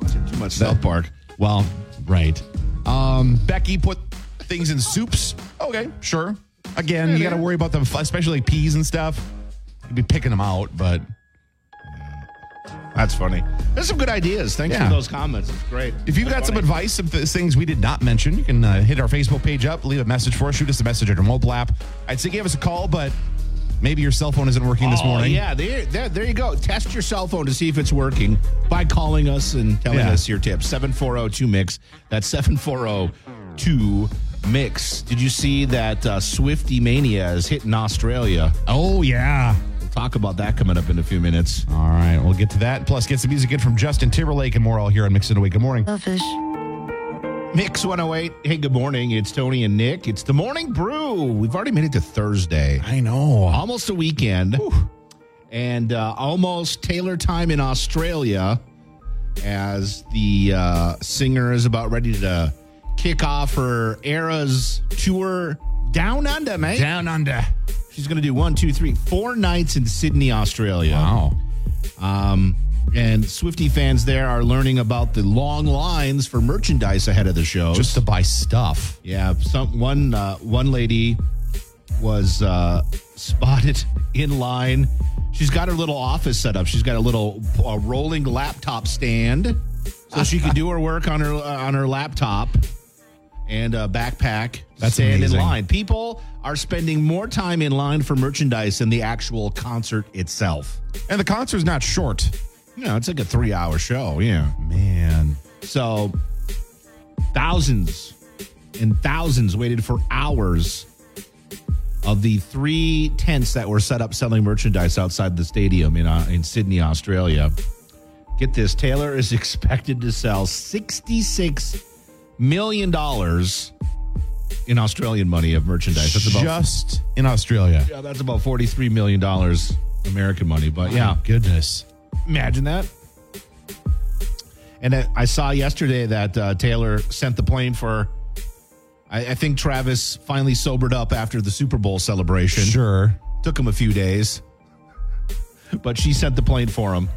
Speaker 1: Watching Too much South Park.
Speaker 2: Well, right. Um, Becky put things in soups. Okay, sure. Again, you got to worry about them, especially peas and stuff. You'd be picking them out, but.
Speaker 1: That's funny. There's some good ideas. Thanks
Speaker 2: Yeah.
Speaker 1: for those comments. It's great.
Speaker 2: If you've
Speaker 1: They're
Speaker 2: got some
Speaker 1: funny.
Speaker 2: advice, some th- things we did not mention, you can uh, hit our Facebook page up, leave a message for us, shoot us a message at our mobile app. I'd say give us a call, but maybe your cell phone isn't working this
Speaker 1: Oh,
Speaker 2: morning.
Speaker 1: yeah, there, there, there you go. Test your cell phone to see if it's working by calling us and telling
Speaker 2: Yeah.
Speaker 1: us your tips. 740-2MIX. That's 740-2-MIX. Did you see that uh, Swifty Mania is hitting Australia?
Speaker 2: Oh, yeah.
Speaker 1: We'll talk about that coming up in a few minutes.
Speaker 2: All right, we'll get to that. Plus, get some music in from Justin Timberlake and more all here on Mix It Away. Good morning.
Speaker 1: Mix 108. Hey, good morning. It's Tony and Nick. It's the Morning Brew. We've already made it to Thursday.
Speaker 2: I know.
Speaker 1: Almost a weekend. and uh, almost Taylor time in Australia as the uh, singer is about ready to kick off her era's tour down under, mate.
Speaker 2: Down under.
Speaker 1: She's going to do one, two, three, four nights in Sydney, Australia.
Speaker 2: Wow.
Speaker 1: Um, and Swifty fans there are learning about the long lines for merchandise ahead of the show.
Speaker 2: Just to buy stuff.
Speaker 1: Yeah, some one uh, one lady was uh, spotted in line. She's got her little office set up. She's got a little a rolling laptop stand, so she can do her work on her uh, on her laptop and a backpack.
Speaker 2: That's
Speaker 1: stand
Speaker 2: amazing.
Speaker 1: in line. People are spending more time in line for merchandise than the actual concert itself.
Speaker 2: And the concert's not short.
Speaker 1: You know, it's like a three hour show. Yeah.
Speaker 2: Man.
Speaker 1: So thousands and thousands waited for hours of the three tents that were set up selling merchandise outside the stadium in uh, in Sydney, Australia. Get this, Taylor is expected to sell 66 million dollars in Australian money of merchandise. That's about
Speaker 2: just in Australia.
Speaker 1: yeah, that's about 43 million dollars American money, but yeah.
Speaker 2: My goodness.
Speaker 1: Imagine that. And I, I saw yesterday that uh, Taylor sent the plane for. I, I think Travis finally sobered up after the Super Bowl celebration.
Speaker 2: Sure.
Speaker 1: Took him a few days, but she sent the plane for him,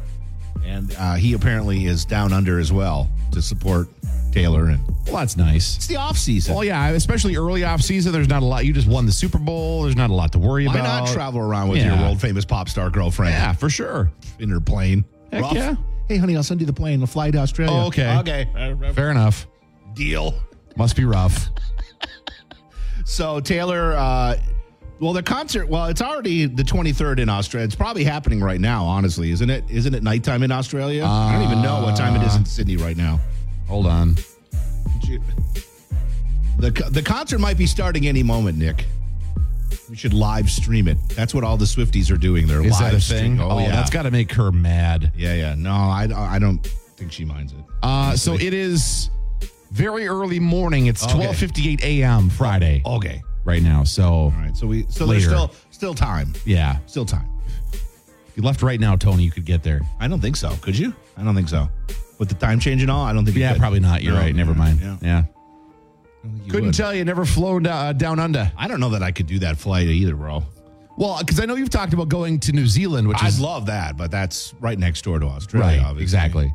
Speaker 1: and uh, he apparently is down under as well to support Taylor. And
Speaker 2: Well, that's nice.
Speaker 1: it's the off season.
Speaker 2: Well, yeah, especially early off season, there's not a lot. You just won the Super Bowl. There's not a lot to worry
Speaker 1: Why
Speaker 2: about.
Speaker 1: not travel around with your
Speaker 2: Yeah.
Speaker 1: world famous pop star girlfriend
Speaker 2: Yeah, for sure.
Speaker 1: in her plane?
Speaker 2: Heck yeah.
Speaker 1: Hey, honey, I'll send you the plane. We'll fly to Australia.
Speaker 2: Oh, okay.
Speaker 1: Okay.
Speaker 2: Fair enough.
Speaker 1: Deal.
Speaker 2: Must be rough.
Speaker 1: So Taylor, uh, well, the concert, well, it's already the 23rd in Australia. It's probably happening right now, honestly, isn't it? Isn't it nighttime in Australia? I don't even know what time it is
Speaker 2: Uh.
Speaker 1: in Sydney right now.
Speaker 2: Hold on.
Speaker 1: The co- the concert might be starting any moment, Nick. We should live stream it. That's what all the Swifties are doing. They're
Speaker 2: Is
Speaker 1: live
Speaker 2: that a
Speaker 1: streaming.
Speaker 2: thing?
Speaker 1: Oh, yeah,
Speaker 2: that's got to make her mad.
Speaker 1: yeah, yeah. No, I I don't think she minds it.
Speaker 2: Uh, so it is very early morning. It's
Speaker 1: Okay. Oh.
Speaker 2: 12:58 a.m. Friday
Speaker 1: Okay,
Speaker 2: right now. So
Speaker 1: all right. So we so there's
Speaker 2: Later.
Speaker 1: still still time,
Speaker 2: yeah,
Speaker 1: still time.
Speaker 2: if you left right now, Tony, you could get there.
Speaker 1: I don't think so. Could you? I don't think so. With the time change and all, I don't think. you
Speaker 2: Yeah,
Speaker 1: could.
Speaker 2: probably not. You're
Speaker 1: No,
Speaker 2: right. Never
Speaker 1: yeah,
Speaker 2: mind.
Speaker 1: yeah.
Speaker 2: Yeah.
Speaker 1: I don't think you
Speaker 2: Couldn't
Speaker 1: would.
Speaker 2: tell you. Never flown uh, down under.
Speaker 1: I don't know that I could do that flight either, bro.
Speaker 2: Well, because I know you've talked about going to New Zealand, which
Speaker 1: I'd
Speaker 2: is
Speaker 1: love that, but that's right next door to Australia.
Speaker 2: right.
Speaker 1: obviously.
Speaker 2: Exactly.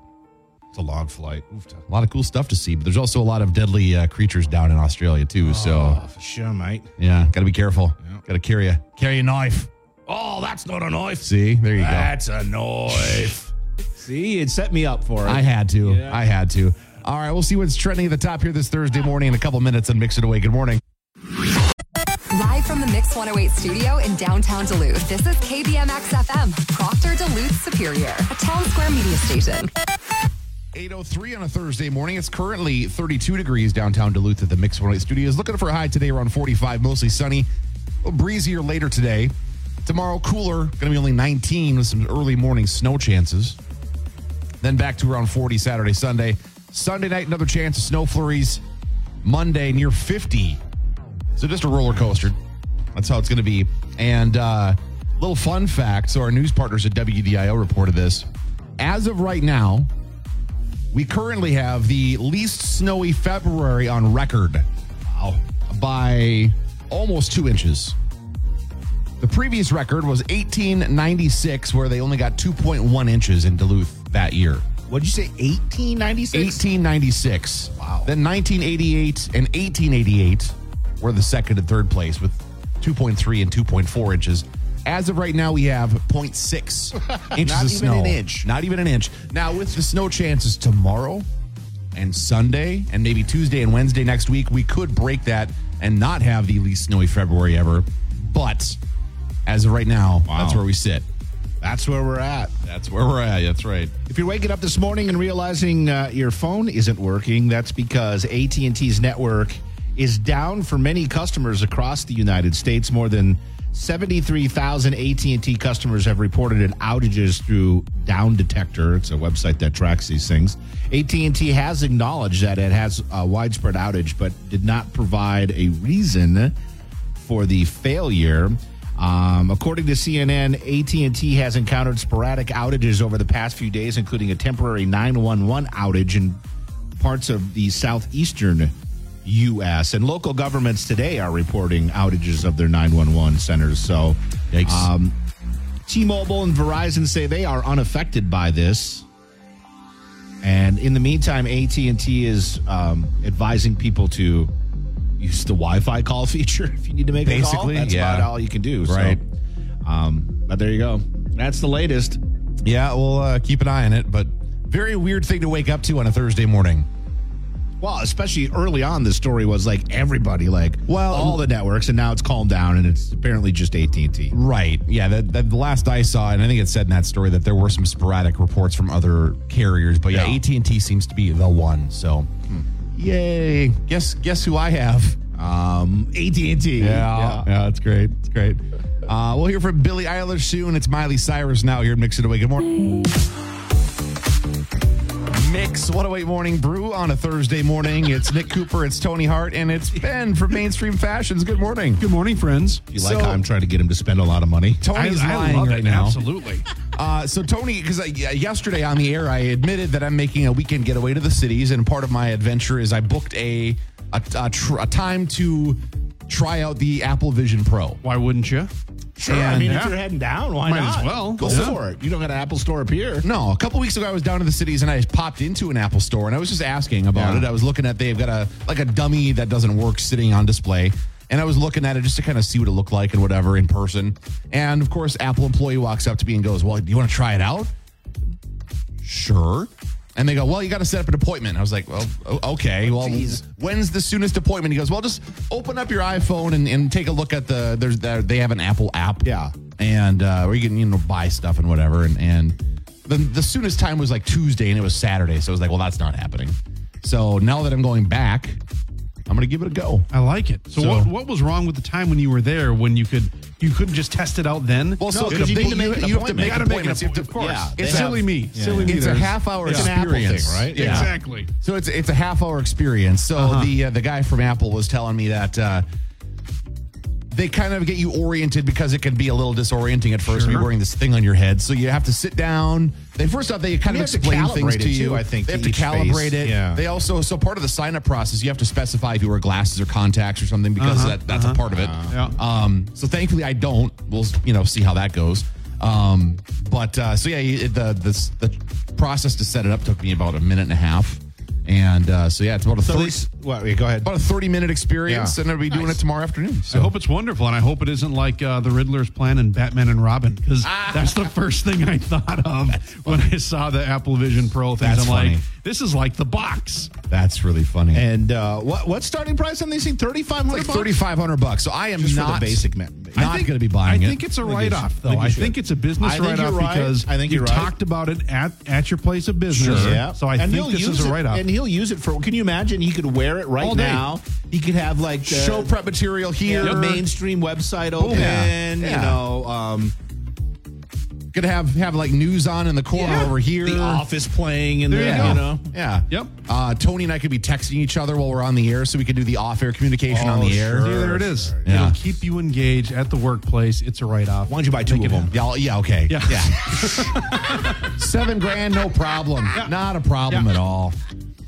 Speaker 1: It's a long flight. Oof,
Speaker 2: A lot of cool stuff to see, but there's also a lot of deadly uh, creatures down in Australia too. So
Speaker 1: oh, for sure, mate.
Speaker 2: yeah, got to be careful. Got to carry a carry a knife.
Speaker 1: Oh, that's not a knife.
Speaker 2: See, there you go.
Speaker 1: That's a knife. See, it set me up for it.
Speaker 2: I had to.
Speaker 1: Yeah.
Speaker 2: I had to. All right, we'll see what's trending at the top here this Thursday morning in a couple minutes and mix it away. Good morning.
Speaker 3: Live from the Mix 108 studio in downtown Duluth, this is KBMX FM, Proctor Duluth Superior, a town square media station.
Speaker 2: 803 on a Thursday morning. It's currently 32 degrees downtown Duluth at the Mix 108 Studios. Looking for a high today around 45, mostly sunny. A little breezier later today. Tomorrow, cooler. Going to be only 19 with some early morning snow chances. Then back to around 40 Saturday, Sunday. Sunday night, another chance of snow flurries. Monday, near 50. So just a roller coaster. That's how it's going to be. And uh, little fun fact. So our news partners at WDIO reported this. As of right now, we currently have the least snowy February on record. Wow. By almost two inches. The previous record was 1896, where they only got 2.1 inches in Duluth that year.
Speaker 1: What'd you say? Eighteen ninety six.
Speaker 2: 1896.
Speaker 1: Wow.
Speaker 2: Then 1988 and 1888 were the second and third place with 2.3 and 2.4 inches. As of right now, we have 0.6 inches of
Speaker 1: Not even
Speaker 2: snow.
Speaker 1: an inch.
Speaker 2: Not even an inch. Now, with the snow chances tomorrow and Sunday and maybe Tuesday and Wednesday next week, we could break that and not have the least snowy February ever. But as of right now,
Speaker 1: Wow.
Speaker 2: that's where we sit.
Speaker 1: That's where we're at.
Speaker 2: That's where we're at. That's right.
Speaker 1: If you're waking up this morning and realizing uh, your phone isn't working, that's because AT&T's network is down for many customers across the United States. More than 73,000 AT&T customers have reported an outages through Down Detector. It's a website that tracks these things. AT&T has acknowledged that it has a widespread outage but did not provide a reason for the failure. Um, according to CNN, AT&T has encountered sporadic outages over the past few days, including a temporary 911 outage in parts of the southeastern U.S. And local governments today are reporting outages of their 911 centers. So,
Speaker 2: Yikes.
Speaker 1: um, T-Mobile and Verizon say they are unaffected by this. And in the meantime, AT&T is um, advising people to use the Wi-Fi call feature if you need to make a call.
Speaker 2: Basically,
Speaker 1: That's
Speaker 2: yeah.
Speaker 1: about all you can do.
Speaker 2: Right.
Speaker 1: So, um, but there you go. That's the latest.
Speaker 2: Yeah, we'll uh, keep an eye on it, but very weird thing to wake up to on a Thursday morning.
Speaker 1: Well, especially early on, the story was like everybody, like
Speaker 2: Well-
Speaker 1: all the networks, and now it's calmed down, and it's apparently just AT and T.
Speaker 2: Right. Yeah. That, that the last I saw, and I think it said in that story that there were some sporadic reports from other carriers, but yeah,
Speaker 1: Yeah. Hmm.
Speaker 2: AT and T seems to be the one. So, yay! Guess guess who I have?
Speaker 1: Um, AT and T.
Speaker 2: Yeah, yeah, that's great. It's great. Uh, we'll hear from Billie Eilish soon. It's Miley Cyrus now here at Mix It Away. Good morning. Mix 108 Morning Brew on a Thursday morning. It's Nick Cooper, it's Tony Hart, and it's Ben from Mainstream Fashions. Good morning.
Speaker 5: Good morning, friends.
Speaker 1: You like
Speaker 2: So-
Speaker 1: how I'm trying to get him to spend a lot of money?
Speaker 2: Tony's
Speaker 5: I
Speaker 2: lying
Speaker 5: love
Speaker 2: right
Speaker 5: it.
Speaker 2: now.
Speaker 5: Absolutely.
Speaker 2: Uh, so Tony, because yesterday on the air, I admitted that I'm making a weekend getaway to the cities, and part of my adventure is I booked a a, a, tr- a time to try out the Apple Vision Pro.
Speaker 5: Why wouldn't you?
Speaker 1: Sure. I
Speaker 2: And-
Speaker 1: mean, if
Speaker 5: Yeah.
Speaker 1: you're heading down, why
Speaker 5: Might as
Speaker 1: not?
Speaker 5: well.
Speaker 1: Go
Speaker 5: Yeah.
Speaker 1: for it. You don't got an Apple store up here.
Speaker 2: No, a couple weeks ago I was down in the cities and I just popped into an Apple store and I was just asking about
Speaker 1: Yeah.
Speaker 2: it. I was looking at they've got a like a dummy that doesn't work sitting on display. And I was looking at it just to kind of see what it looked like and whatever in person. And of course, Apple employee walks up to me and goes, "Well, do you want to try it out?" Sure. And they go, "Well, you got to set up an appointment." I was like, "Well, o- okay. Well,
Speaker 1: Jeez.
Speaker 2: when's the soonest appointment?" He goes, "Well, just open up your iPhone and, and take a look at the there's there, they have an Apple app."
Speaker 1: Yeah.
Speaker 2: and uh, where you can you know buy stuff and whatever. And and the, the soonest time was like Tuesday, and it was Saturday, so I was like, well, that's not happening. So now that I'm going back, I'm gonna give it a go.
Speaker 5: I like it. So,
Speaker 2: So-
Speaker 5: what, what was wrong with the time when you were there when you could you couldn't just test it out then?
Speaker 2: Well,
Speaker 1: No,
Speaker 2: so
Speaker 1: 'cause you
Speaker 2: they-
Speaker 1: need to make an
Speaker 2: you have to
Speaker 1: appointment.
Speaker 2: make
Speaker 1: You gotta
Speaker 5: make an
Speaker 2: appointments. You have to- of course,
Speaker 5: appointment.
Speaker 1: Yeah,
Speaker 2: it's,
Speaker 1: they
Speaker 2: a-
Speaker 1: have-
Speaker 5: silly me.
Speaker 1: Yeah.
Speaker 5: Silly me.
Speaker 2: it's a
Speaker 5: There's-
Speaker 2: half hour
Speaker 1: It's an Apple thing,
Speaker 2: experience,
Speaker 1: right? Uh-huh.
Speaker 2: Yeah.
Speaker 5: Exactly.
Speaker 2: So it's it's a half hour experience. So the uh, the guy from Apple was telling me that uh, they kind of get you oriented because it can be a little disorienting at first. when You're
Speaker 5: Sure.
Speaker 2: wearing this thing on your head, so you have to sit down. They first off they kind
Speaker 1: You
Speaker 2: of
Speaker 1: have to
Speaker 2: explain
Speaker 1: calibrate
Speaker 2: things
Speaker 1: it,
Speaker 2: to you.
Speaker 1: too, I think,
Speaker 2: they
Speaker 1: to
Speaker 2: have to
Speaker 1: each face.
Speaker 2: calibrate it.
Speaker 1: Yeah.
Speaker 2: They also so part of the sign up process you have to specify if you wear glasses or contacts or something because
Speaker 1: Uh-huh.
Speaker 2: that, that's a part of it.
Speaker 5: Yeah.
Speaker 2: Um, so thankfully, I don't. We'll you know see how that goes. Um, but uh, so yeah, you- the, the the process to set it up took me about a minute and a half, and uh, so yeah, it's about a
Speaker 1: So
Speaker 2: thirty
Speaker 1: these, what, wait, go ahead.
Speaker 2: about a thirty minute experience,
Speaker 1: Yeah.
Speaker 2: and I'll be doing it tomorrow afternoon. So
Speaker 5: I hope it's wonderful, and I hope it isn't like uh, the Riddler's plan in Batman and Robin, because
Speaker 1: Ah.
Speaker 5: that's the first thing I thought of when I saw the Apple Vision Pro things.
Speaker 2: That's
Speaker 5: I'm
Speaker 2: funny.
Speaker 5: like, this is like the box.
Speaker 2: that's really funny.
Speaker 1: And uh, what what's starting price on these things? Thirty five
Speaker 2: like
Speaker 1: hundred.
Speaker 2: thirty five hundred bucks. So I am
Speaker 1: Just for the
Speaker 2: not
Speaker 1: basic ma-
Speaker 2: Not going to be buying
Speaker 5: I
Speaker 2: it.
Speaker 5: think it's a
Speaker 1: you
Speaker 5: write off,
Speaker 1: should.
Speaker 5: though.
Speaker 1: I think you
Speaker 5: I
Speaker 1: should.
Speaker 5: think it's a business
Speaker 1: I think
Speaker 5: write
Speaker 1: you're
Speaker 5: off
Speaker 1: right.
Speaker 5: because
Speaker 1: I think
Speaker 5: you
Speaker 1: you're right.
Speaker 5: talked about it at, at your place of business.
Speaker 1: Yeah.
Speaker 5: So I
Speaker 1: And
Speaker 5: think
Speaker 1: he'll
Speaker 5: this
Speaker 1: use
Speaker 5: is a
Speaker 1: it-
Speaker 5: write off.
Speaker 1: And he'll use it for. Can you imagine? He could wear it right
Speaker 5: All day.
Speaker 1: now. He could have like the-
Speaker 2: show prep material here.
Speaker 1: Yeah, the mainstream website open.
Speaker 2: Yeah.
Speaker 1: You
Speaker 2: Yeah.
Speaker 1: know, um,
Speaker 2: Could have have like news on in the corner
Speaker 1: yeah,
Speaker 2: over here.
Speaker 1: the office playing, and
Speaker 5: There
Speaker 1: the
Speaker 5: you
Speaker 1: you,
Speaker 5: go.
Speaker 1: know.
Speaker 2: Yeah.
Speaker 5: Yep.
Speaker 2: Uh, Tony and I could be texting each other while we're on the air, so we could do the off-air communication on
Speaker 1: Oh,
Speaker 2: the air.
Speaker 1: sure.
Speaker 5: See, there it is.
Speaker 2: Yeah.
Speaker 5: It'll keep you engaged at the workplace. It's a write off.
Speaker 1: Why don't you buy two of them?
Speaker 2: Yeah, yeah, okay.
Speaker 5: Yeah.
Speaker 2: Seven grand, no problem. Not a problem
Speaker 5: Yeah.
Speaker 2: at all.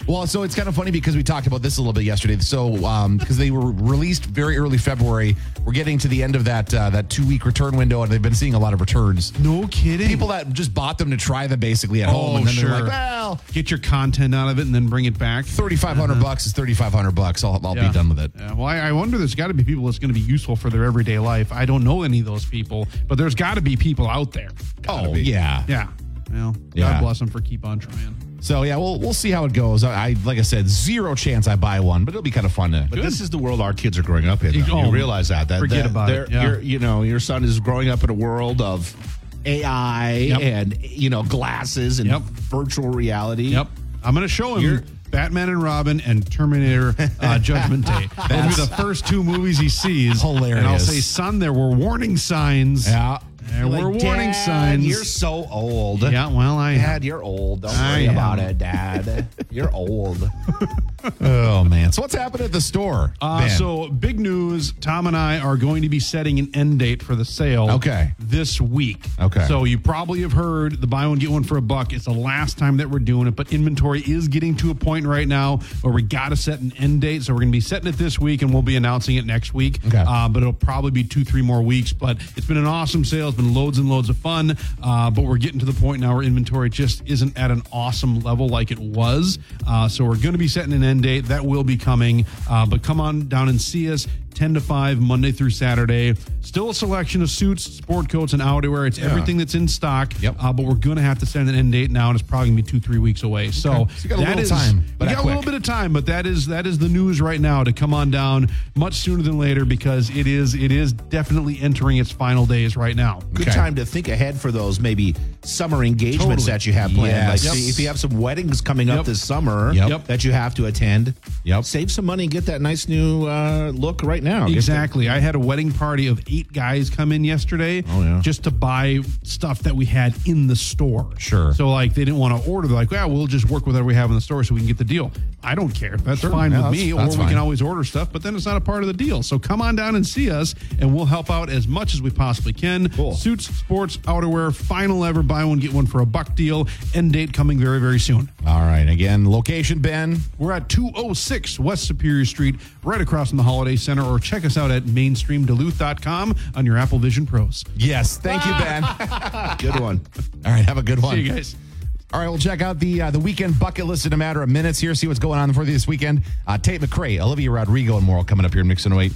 Speaker 2: Well, so it's kind of funny because we talked about this a little bit yesterday. So, because they were released very early February, we're getting to the end of that uh, that two week return window, and they've been seeing a lot of returns.
Speaker 5: No kidding.
Speaker 2: People that just bought them to try them basically at home,
Speaker 5: Mm-hmm. Oh,
Speaker 2: and then
Speaker 5: sure.
Speaker 2: they're like, well,
Speaker 5: Get your content out of it and then bring it back.
Speaker 2: thirty five hundred bucks is thirty five hundred bucks. I'll, I'll
Speaker 5: Uh-huh. Yeah.
Speaker 2: be done with it.
Speaker 5: Yeah. Well, I, I wonder there's got to be people that's going to be useful for their everyday life. I don't know any of those people, but there's got to be people out there.
Speaker 2: oh yeah,
Speaker 5: Yeah. Well,
Speaker 2: Yeah.
Speaker 5: God bless them for keep on trying.
Speaker 2: So yeah, we'll we'll see how it goes. I, I like I said, zero chance I buy one, but it'll be kind of fun to.
Speaker 1: But this is the world our kids are growing up in. though. You,
Speaker 5: You- oh,
Speaker 1: realize that. that
Speaker 5: forget
Speaker 1: that
Speaker 5: about
Speaker 1: they're-
Speaker 5: it, yeah.
Speaker 1: you're- You know, your son is growing up in a world of AI
Speaker 5: Yep.
Speaker 1: and you know glasses and
Speaker 5: Yep.
Speaker 1: virtual reality.
Speaker 5: Yep. I'm going to show him
Speaker 1: You're-
Speaker 5: Batman and Robin and Terminator uh, Judgment Day. Those will be the first two movies he sees. And I'll
Speaker 2: Hilarious.
Speaker 5: say, son, there were warning signs.
Speaker 2: Yeah.
Speaker 1: There
Speaker 5: Like,
Speaker 1: were warning
Speaker 5: "Dad,
Speaker 1: signs.
Speaker 5: You're so old.
Speaker 1: yeah, well, I
Speaker 5: Dad, you're old. Don't
Speaker 1: I
Speaker 5: worry
Speaker 1: am.
Speaker 5: about it, Dad. You're old.
Speaker 2: Oh man! So what's happened at the store?
Speaker 1: Uh,
Speaker 2: Ben?
Speaker 1: so big news. Tom and I are going to be setting an end date for the sale.
Speaker 2: Okay.
Speaker 1: This week.
Speaker 2: Okay.
Speaker 1: So you probably have heard the buy one get one for a buck. It's the last time that we're doing it, but inventory is getting to a point right now where we got to set an end date. So we're going to be setting it this week, and we'll be announcing it next week.
Speaker 2: Okay.
Speaker 1: Uh, but it'll probably be two, three more weeks. But it's been an awesome sale. It's been loads and loads of fun. Uh, but we're getting to the point now where inventory just isn't at an awesome level like it was. Uh, so we're going to be setting an end date. That will be coming. Uh, but come on down and see us 10 to 5, Monday through Saturday. Still a selection of suits, sport coats, and outerwear. It's everything that's in stock.
Speaker 2: Yep.
Speaker 1: Uh, but we're going to have to send an end date now, and it's probably going to be two, three weeks away. So,
Speaker 2: Okay. So you got a
Speaker 1: that
Speaker 2: little
Speaker 1: is-
Speaker 2: time, but
Speaker 1: we
Speaker 2: act
Speaker 1: got a little
Speaker 2: quick.
Speaker 1: bit of time, but that is that is the news right now to come on down much sooner than later because it is it is definitely entering its final days right now.
Speaker 5: Good
Speaker 2: Okay.
Speaker 5: time to think ahead for those maybe summer
Speaker 1: Totally.
Speaker 5: engagements that you have planned. Like
Speaker 2: Yes. Yep.
Speaker 5: see if you have some weddings coming up
Speaker 1: Yep.
Speaker 5: this summer
Speaker 2: Yep.
Speaker 5: that you have to attend,
Speaker 2: Yep.
Speaker 5: save some money and get that nice new uh, look right now. Get the-
Speaker 1: Exactly. I had a wedding party of eight guys come in yesterday
Speaker 5: Oh, yeah.
Speaker 1: just to buy stuff that we had in the store.
Speaker 2: Sure.
Speaker 1: So, like, they didn't want to order. They're like, yeah, we'll just work with whatever we have in the store so we can get the deal. I don't care. That's fine
Speaker 2: Yeah,
Speaker 1: with
Speaker 2: that's-
Speaker 1: me.
Speaker 2: that's
Speaker 1: or we
Speaker 2: fine.
Speaker 1: can always order stuff, but then it's not a part of the deal. So, come on down and see us, and we'll help out as much as we possibly can.
Speaker 5: Cool.
Speaker 1: Suits, sports, outerwear, final ever buy one, get one for a buck deal. End date coming very, very soon.
Speaker 2: all right. Again, location, Ben.
Speaker 1: We're at 206 West Superior Street, right across from the Holiday Center, or check us out at mainstreamduluth.com on your Apple Vision Pros.
Speaker 2: Yes. Thank
Speaker 5: Ah,
Speaker 2: you, Ben.
Speaker 5: Good one.
Speaker 2: all right. Have a good one.
Speaker 1: See you guys.
Speaker 2: All right, we'll check out the uh, the weekend bucket list in a matter of minutes here. See what's going on for this weekend. Uh, Tate McRae, Olivia Rodrigo, and more all coming up here in Mix and Wait.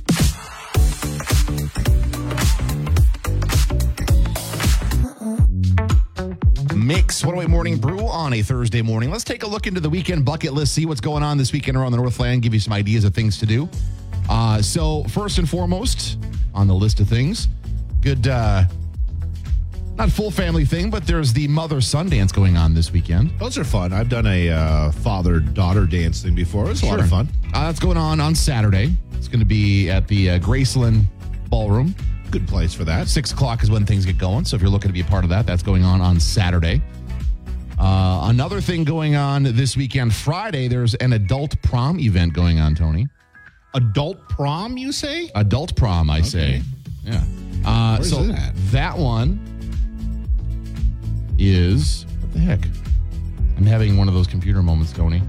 Speaker 2: Mix One Way Morning Brew on a Thursday morning. Let's take a look into the weekend bucket list, see what's going on this weekend around the Northland, give you some ideas of things to do. Uh, so, first and foremost on the list of things, good uh, not full family thing, but there's the mother son dance going on this weekend.
Speaker 5: Those are fun. I've done a uh, father daughter dance thing before. It was a lot of
Speaker 2: Sure.
Speaker 5: fun.
Speaker 2: Uh, that's going on on Saturday. It's going to be at the uh, Graceland Ballroom.
Speaker 5: Good place for that.
Speaker 2: Six o'clock is when things get going. So if you're looking to be a part of that, that's going on on Saturday. Uh, another thing going on this weekend, Friday, there's an adult prom event going on, Tony.
Speaker 5: Adult prom, you say?
Speaker 2: Adult prom, I say. Yeah. Uh,
Speaker 5: Where's
Speaker 2: so
Speaker 5: it at?
Speaker 2: that one is what the heck? I'm having one of those computer moments, Tony.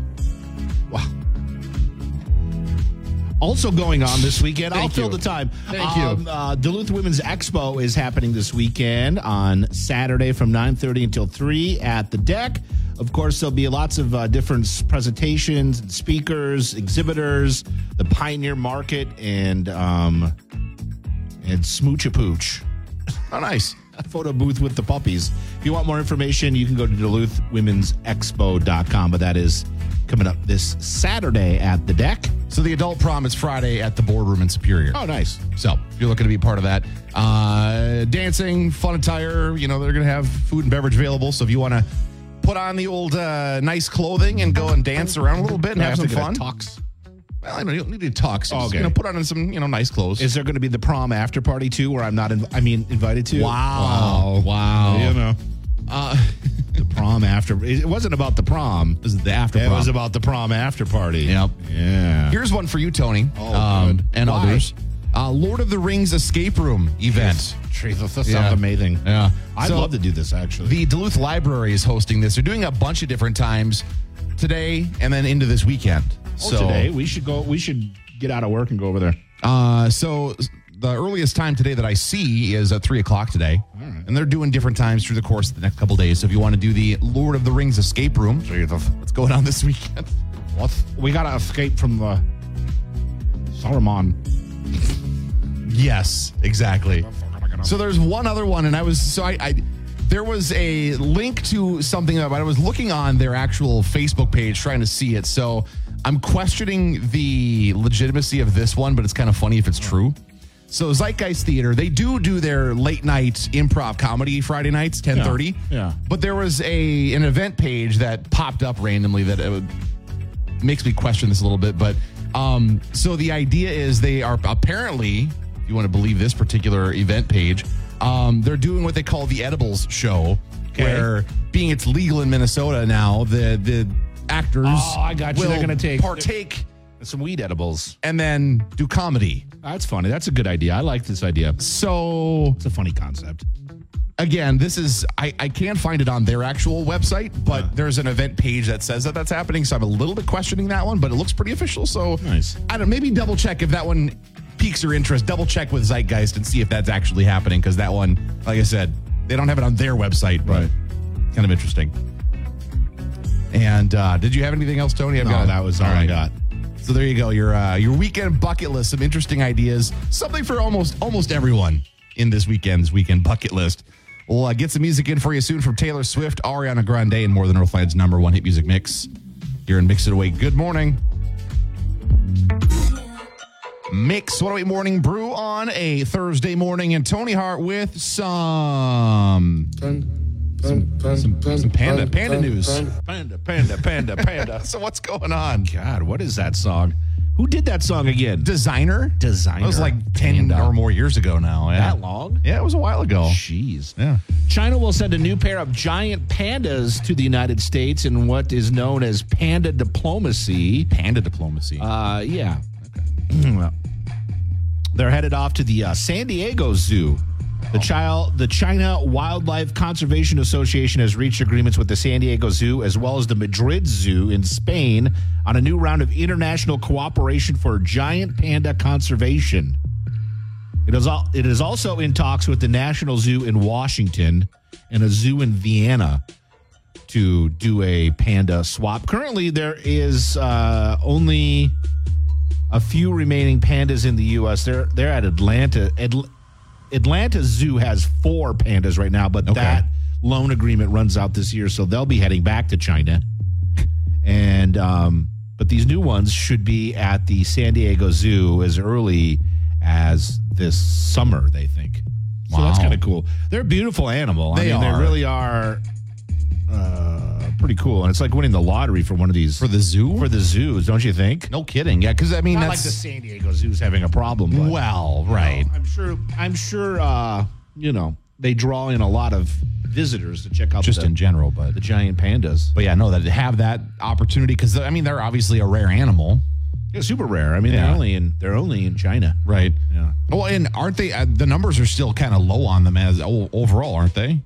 Speaker 5: Wow. Also going on this weekend. I'll
Speaker 2: Thank
Speaker 5: fill
Speaker 2: you.
Speaker 5: the time.
Speaker 2: Thank you.
Speaker 5: uh, Duluth Women's Expo is happening this weekend on Saturday from 9.30 until 3 at the deck. Of course, there'll be lots of uh, different s- presentations, and speakers, exhibitors, the Pioneer Market, and um, and Smoochapooch.
Speaker 2: Oh, nice.
Speaker 5: A photo booth with the puppies. If you want more information, you can go to DuluthWomen'sExpo.com, but that is coming up this Saturday at the deck.
Speaker 2: So the adult prom is Friday at the boardroom in Superior.
Speaker 5: Oh, nice.
Speaker 2: So if you're looking to be a part of that, uh, dancing, fun attire, you know, they're going to have food and beverage available. So if you want to put on the old uh, nice clothing and go and dance around a little bit and have some fun.
Speaker 5: Talks.
Speaker 2: Well, I don't, you don't need to talk. So
Speaker 5: Oh,
Speaker 2: just,
Speaker 5: okay.
Speaker 2: you know, put on some, you know, nice clothes.
Speaker 5: Is there going to be the prom after party too, where I'm not? Inv- I mean, invited to?
Speaker 2: Wow. Wow.
Speaker 5: You know,
Speaker 2: Uh,
Speaker 5: the prom after. It wasn't about the prom.
Speaker 2: this is the after
Speaker 5: It
Speaker 2: prom.
Speaker 5: was about the prom after party.
Speaker 2: Yep.
Speaker 5: Yeah.
Speaker 2: Here's one for you, Tony, um,
Speaker 5: Oh, good.
Speaker 2: and
Speaker 5: Why?
Speaker 2: others. Uh, Lord of the Rings escape room event.
Speaker 5: Jesus, that
Speaker 2: Yeah.
Speaker 5: sounds amazing.
Speaker 2: Yeah.
Speaker 5: I'd
Speaker 2: So-
Speaker 5: love to do this actually.
Speaker 2: The Duluth Library is hosting this. They're doing a bunch of different times today and then into this weekend.
Speaker 5: Oh,
Speaker 2: so
Speaker 5: today we should go. We should get out of work and go over there.
Speaker 2: Uh, so the earliest time today that I see is at three o'clock today,
Speaker 5: Hmm.
Speaker 2: and they're doing different times through the course of the next couple days. So if you want to do the Lord of the Rings escape room, what's going on this weekend?
Speaker 5: What? We gotta escape from the Saruman.
Speaker 2: Yes, exactly. So there's one other one, and I was so I, I there was a link to something that I was looking on their actual Facebook page trying to see it. So I'm questioning the legitimacy of this one, but it's kind of funny if it's true. So Zeitgeist Theater, they do do their late night improv comedy Friday nights, 10:30.
Speaker 5: Yeah.
Speaker 2: But there was a an event page that popped up randomly that uh, it would makes me question this a little bit, but um, so the idea is they are apparently, if you want to believe this particular event page, Um, they're doing what they call the edibles show,
Speaker 5: Okay.
Speaker 2: where being it's legal in Minnesota now, the the actors
Speaker 5: Oh, I got you.
Speaker 2: will
Speaker 5: They're gonna take-
Speaker 2: partake
Speaker 5: Some weed edibles.
Speaker 2: and then do comedy.
Speaker 5: That's funny. That's a good idea. I like this idea.
Speaker 2: So
Speaker 5: It's a funny concept.
Speaker 2: again, this is I, I can't find it on their actual website, but there's an event page that says that that's happening. So I'm a little bit questioning that one, but it looks pretty official. So
Speaker 5: Nice.
Speaker 2: I don't maybe double check if that one piques your interest. Double check with Zeitgeist and see if that's actually happening because that one, like I said, they don't have it on their website, but
Speaker 5: Right.
Speaker 2: kind of interesting. And uh, did you have anything else, Tony? I've
Speaker 5: No, that was all I got.
Speaker 2: So there you go. Your uh, your weekend bucket list. Some interesting ideas. Something for almost almost everyone in this weekend's weekend bucket list. We'll uh, get some music in for you soon from Taylor Swift, Ariana Grande, and more than Earthland's number one hit music mix. You're in Mix It Away. Good morning. Mix 108 Morning Brew on a Thursday morning, and Tony Hart with some
Speaker 6: some,
Speaker 2: some panda panda news.
Speaker 5: Panda, panda, panda, panda.
Speaker 2: So what's going on?
Speaker 5: God, what is that song? Who did that song again?
Speaker 2: Designer,
Speaker 5: Designer.
Speaker 2: That was like ten
Speaker 5: Panda.
Speaker 2: or more years ago now. Yeah.
Speaker 5: That long?
Speaker 2: Yeah, it was a while ago.
Speaker 5: Jeez.
Speaker 2: Yeah.
Speaker 5: China will send a new pair of giant pandas to the United States in what is known as panda diplomacy.
Speaker 2: Panda diplomacy.
Speaker 5: Uh, yeah. Hmm, well, they're headed off to the uh, San Diego Zoo.
Speaker 2: Oh.
Speaker 5: The child, the China Wildlife Conservation Association has reached agreements with the San Diego Zoo as well as the Madrid Zoo in Spain on a new round of international cooperation for giant panda conservation. It is all, it is also in talks with the National Zoo in Washington and a zoo in Vienna to do a panda swap. Currently, there is uh, only a few remaining pandas in the U.S. They're they're at Atlanta. Atl- Atlanta Zoo has four pandas right now, but that loan agreement runs out this year, so they'll be heading back to China. And um, but these new ones should be at the San Diego Zoo as early as this summer, they think. So that's
Speaker 2: Wow.
Speaker 5: kind of cool. They're a beautiful animal.
Speaker 2: They
Speaker 5: I mean,
Speaker 2: are.
Speaker 5: they really are uh, pretty cool. And it's like winning the lottery for one of these
Speaker 2: for the zoo?
Speaker 5: for the zoos, don't you think?
Speaker 2: no kidding. Yeah, because I mean
Speaker 5: Not like the
Speaker 2: that's
Speaker 5: San Diego Zoo's having a problem. But
Speaker 2: well, right.
Speaker 5: I'm sure. I'm sure. Uh, you know, they draw in a lot of visitors to check out
Speaker 2: Just
Speaker 5: the,
Speaker 2: in general, but
Speaker 5: the giant pandas.
Speaker 2: but yeah, no, that to have that opportunity because I mean they're obviously a rare animal,
Speaker 5: Yeah, super rare. I mean,
Speaker 2: Yeah.
Speaker 5: they're only in they're only in China.
Speaker 2: right?
Speaker 5: Yeah.
Speaker 2: Well, and aren't they? Uh, the numbers are still kind of low on them as o- overall, aren't they?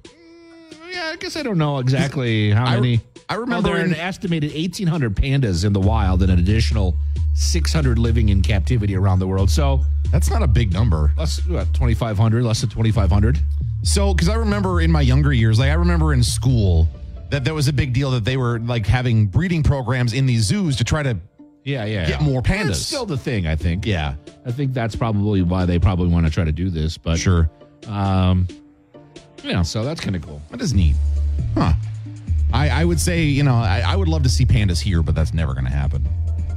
Speaker 5: Yeah, I guess I don't know exactly how
Speaker 2: I-
Speaker 5: many.
Speaker 2: I
Speaker 5: Well,
Speaker 2: remember
Speaker 5: there are an
Speaker 2: in-
Speaker 5: estimated 1,800 pandas in the wild and an additional 600 living in captivity around the world. So
Speaker 2: That's not a big number.
Speaker 5: less what, 2,500, less than 2,500.
Speaker 2: So, because I remember in my younger years, like I remember in school that that was a big deal that they were like having breeding programs in these zoos to try to
Speaker 5: Yeah, yeah.
Speaker 2: Get more pandas.
Speaker 5: That's still the thing, I think.
Speaker 2: Yeah.
Speaker 5: I think that's probably why they probably want to try to do this. But
Speaker 2: sure.
Speaker 5: um, yeah. So that's kind of cool.
Speaker 2: That is neat, huh? I I would say you know I, I would love to see pandas here, but that's never going to happen.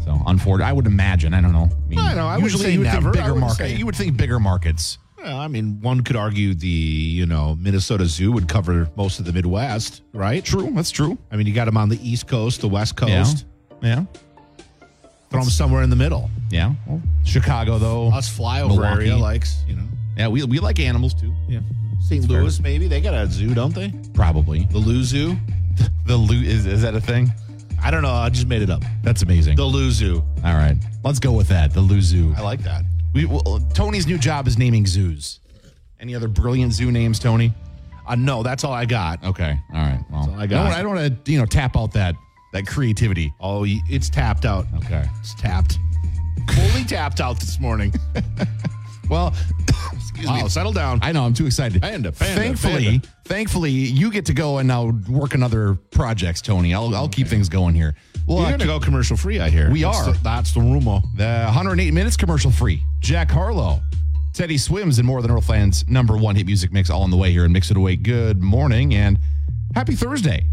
Speaker 2: So, unfortunately, I would imagine. I don't know. I, mean,
Speaker 5: I know, I wouldn't
Speaker 2: usually
Speaker 5: say
Speaker 2: you would
Speaker 5: never. I
Speaker 2: think bigger
Speaker 5: wouldn't
Speaker 2: market.
Speaker 5: say-
Speaker 2: You would think bigger markets.
Speaker 5: Well, I mean, one could argue the you know Minnesota Zoo would cover most of the Midwest, right?
Speaker 2: True, that's true.
Speaker 5: I mean, you got them on the East Coast, the West Coast.
Speaker 2: Yeah, yeah,
Speaker 5: Throw them somewhere in the middle.
Speaker 2: yeah. Well, Chicago though.
Speaker 5: Us flyover
Speaker 2: Milwaukee.
Speaker 5: area likes you know
Speaker 2: Yeah, we we like animals too. Yeah,
Speaker 5: St. Louis. Maybe they got a zoo, don't they?
Speaker 2: probably.
Speaker 5: The Lou Zoo.
Speaker 2: The loot is is that a thing?
Speaker 5: I don't know. I just made it up.
Speaker 2: That's amazing.
Speaker 5: The Lou Zoo.
Speaker 2: All right, let's go with that. The Lou Zoo.
Speaker 5: I like that.
Speaker 2: We, well, Tony's new job is naming zoos. Any other brilliant zoo names, Tony?
Speaker 5: Uh, no, that's all I got.
Speaker 2: Okay. All right. Well,
Speaker 5: all I got.
Speaker 2: don't- I don't want to you know tap out that that creativity.
Speaker 5: Oh, y- it's tapped out.
Speaker 2: Okay.
Speaker 5: It's tapped. Fully tapped out this morning.
Speaker 2: Well, excuse
Speaker 5: Wow,
Speaker 2: me.
Speaker 5: settle down.
Speaker 2: I know I'm too excited.
Speaker 5: Panda, panda,
Speaker 2: thankfully,
Speaker 5: panda.
Speaker 2: thankfully, you get to go and now work on other projects, Tony. I'll I'll keep things going here. Well,
Speaker 5: We're
Speaker 2: uh,
Speaker 5: going to go commercial free, I hear.
Speaker 2: We
Speaker 5: That's
Speaker 2: are.
Speaker 5: The, that's the rumor.
Speaker 2: the 108 minutes commercial free. Jack Harlow, Teddy Swims, and more than Northland's number one hit music mix all on the way here and mix it away. Good morning and happy Thursday.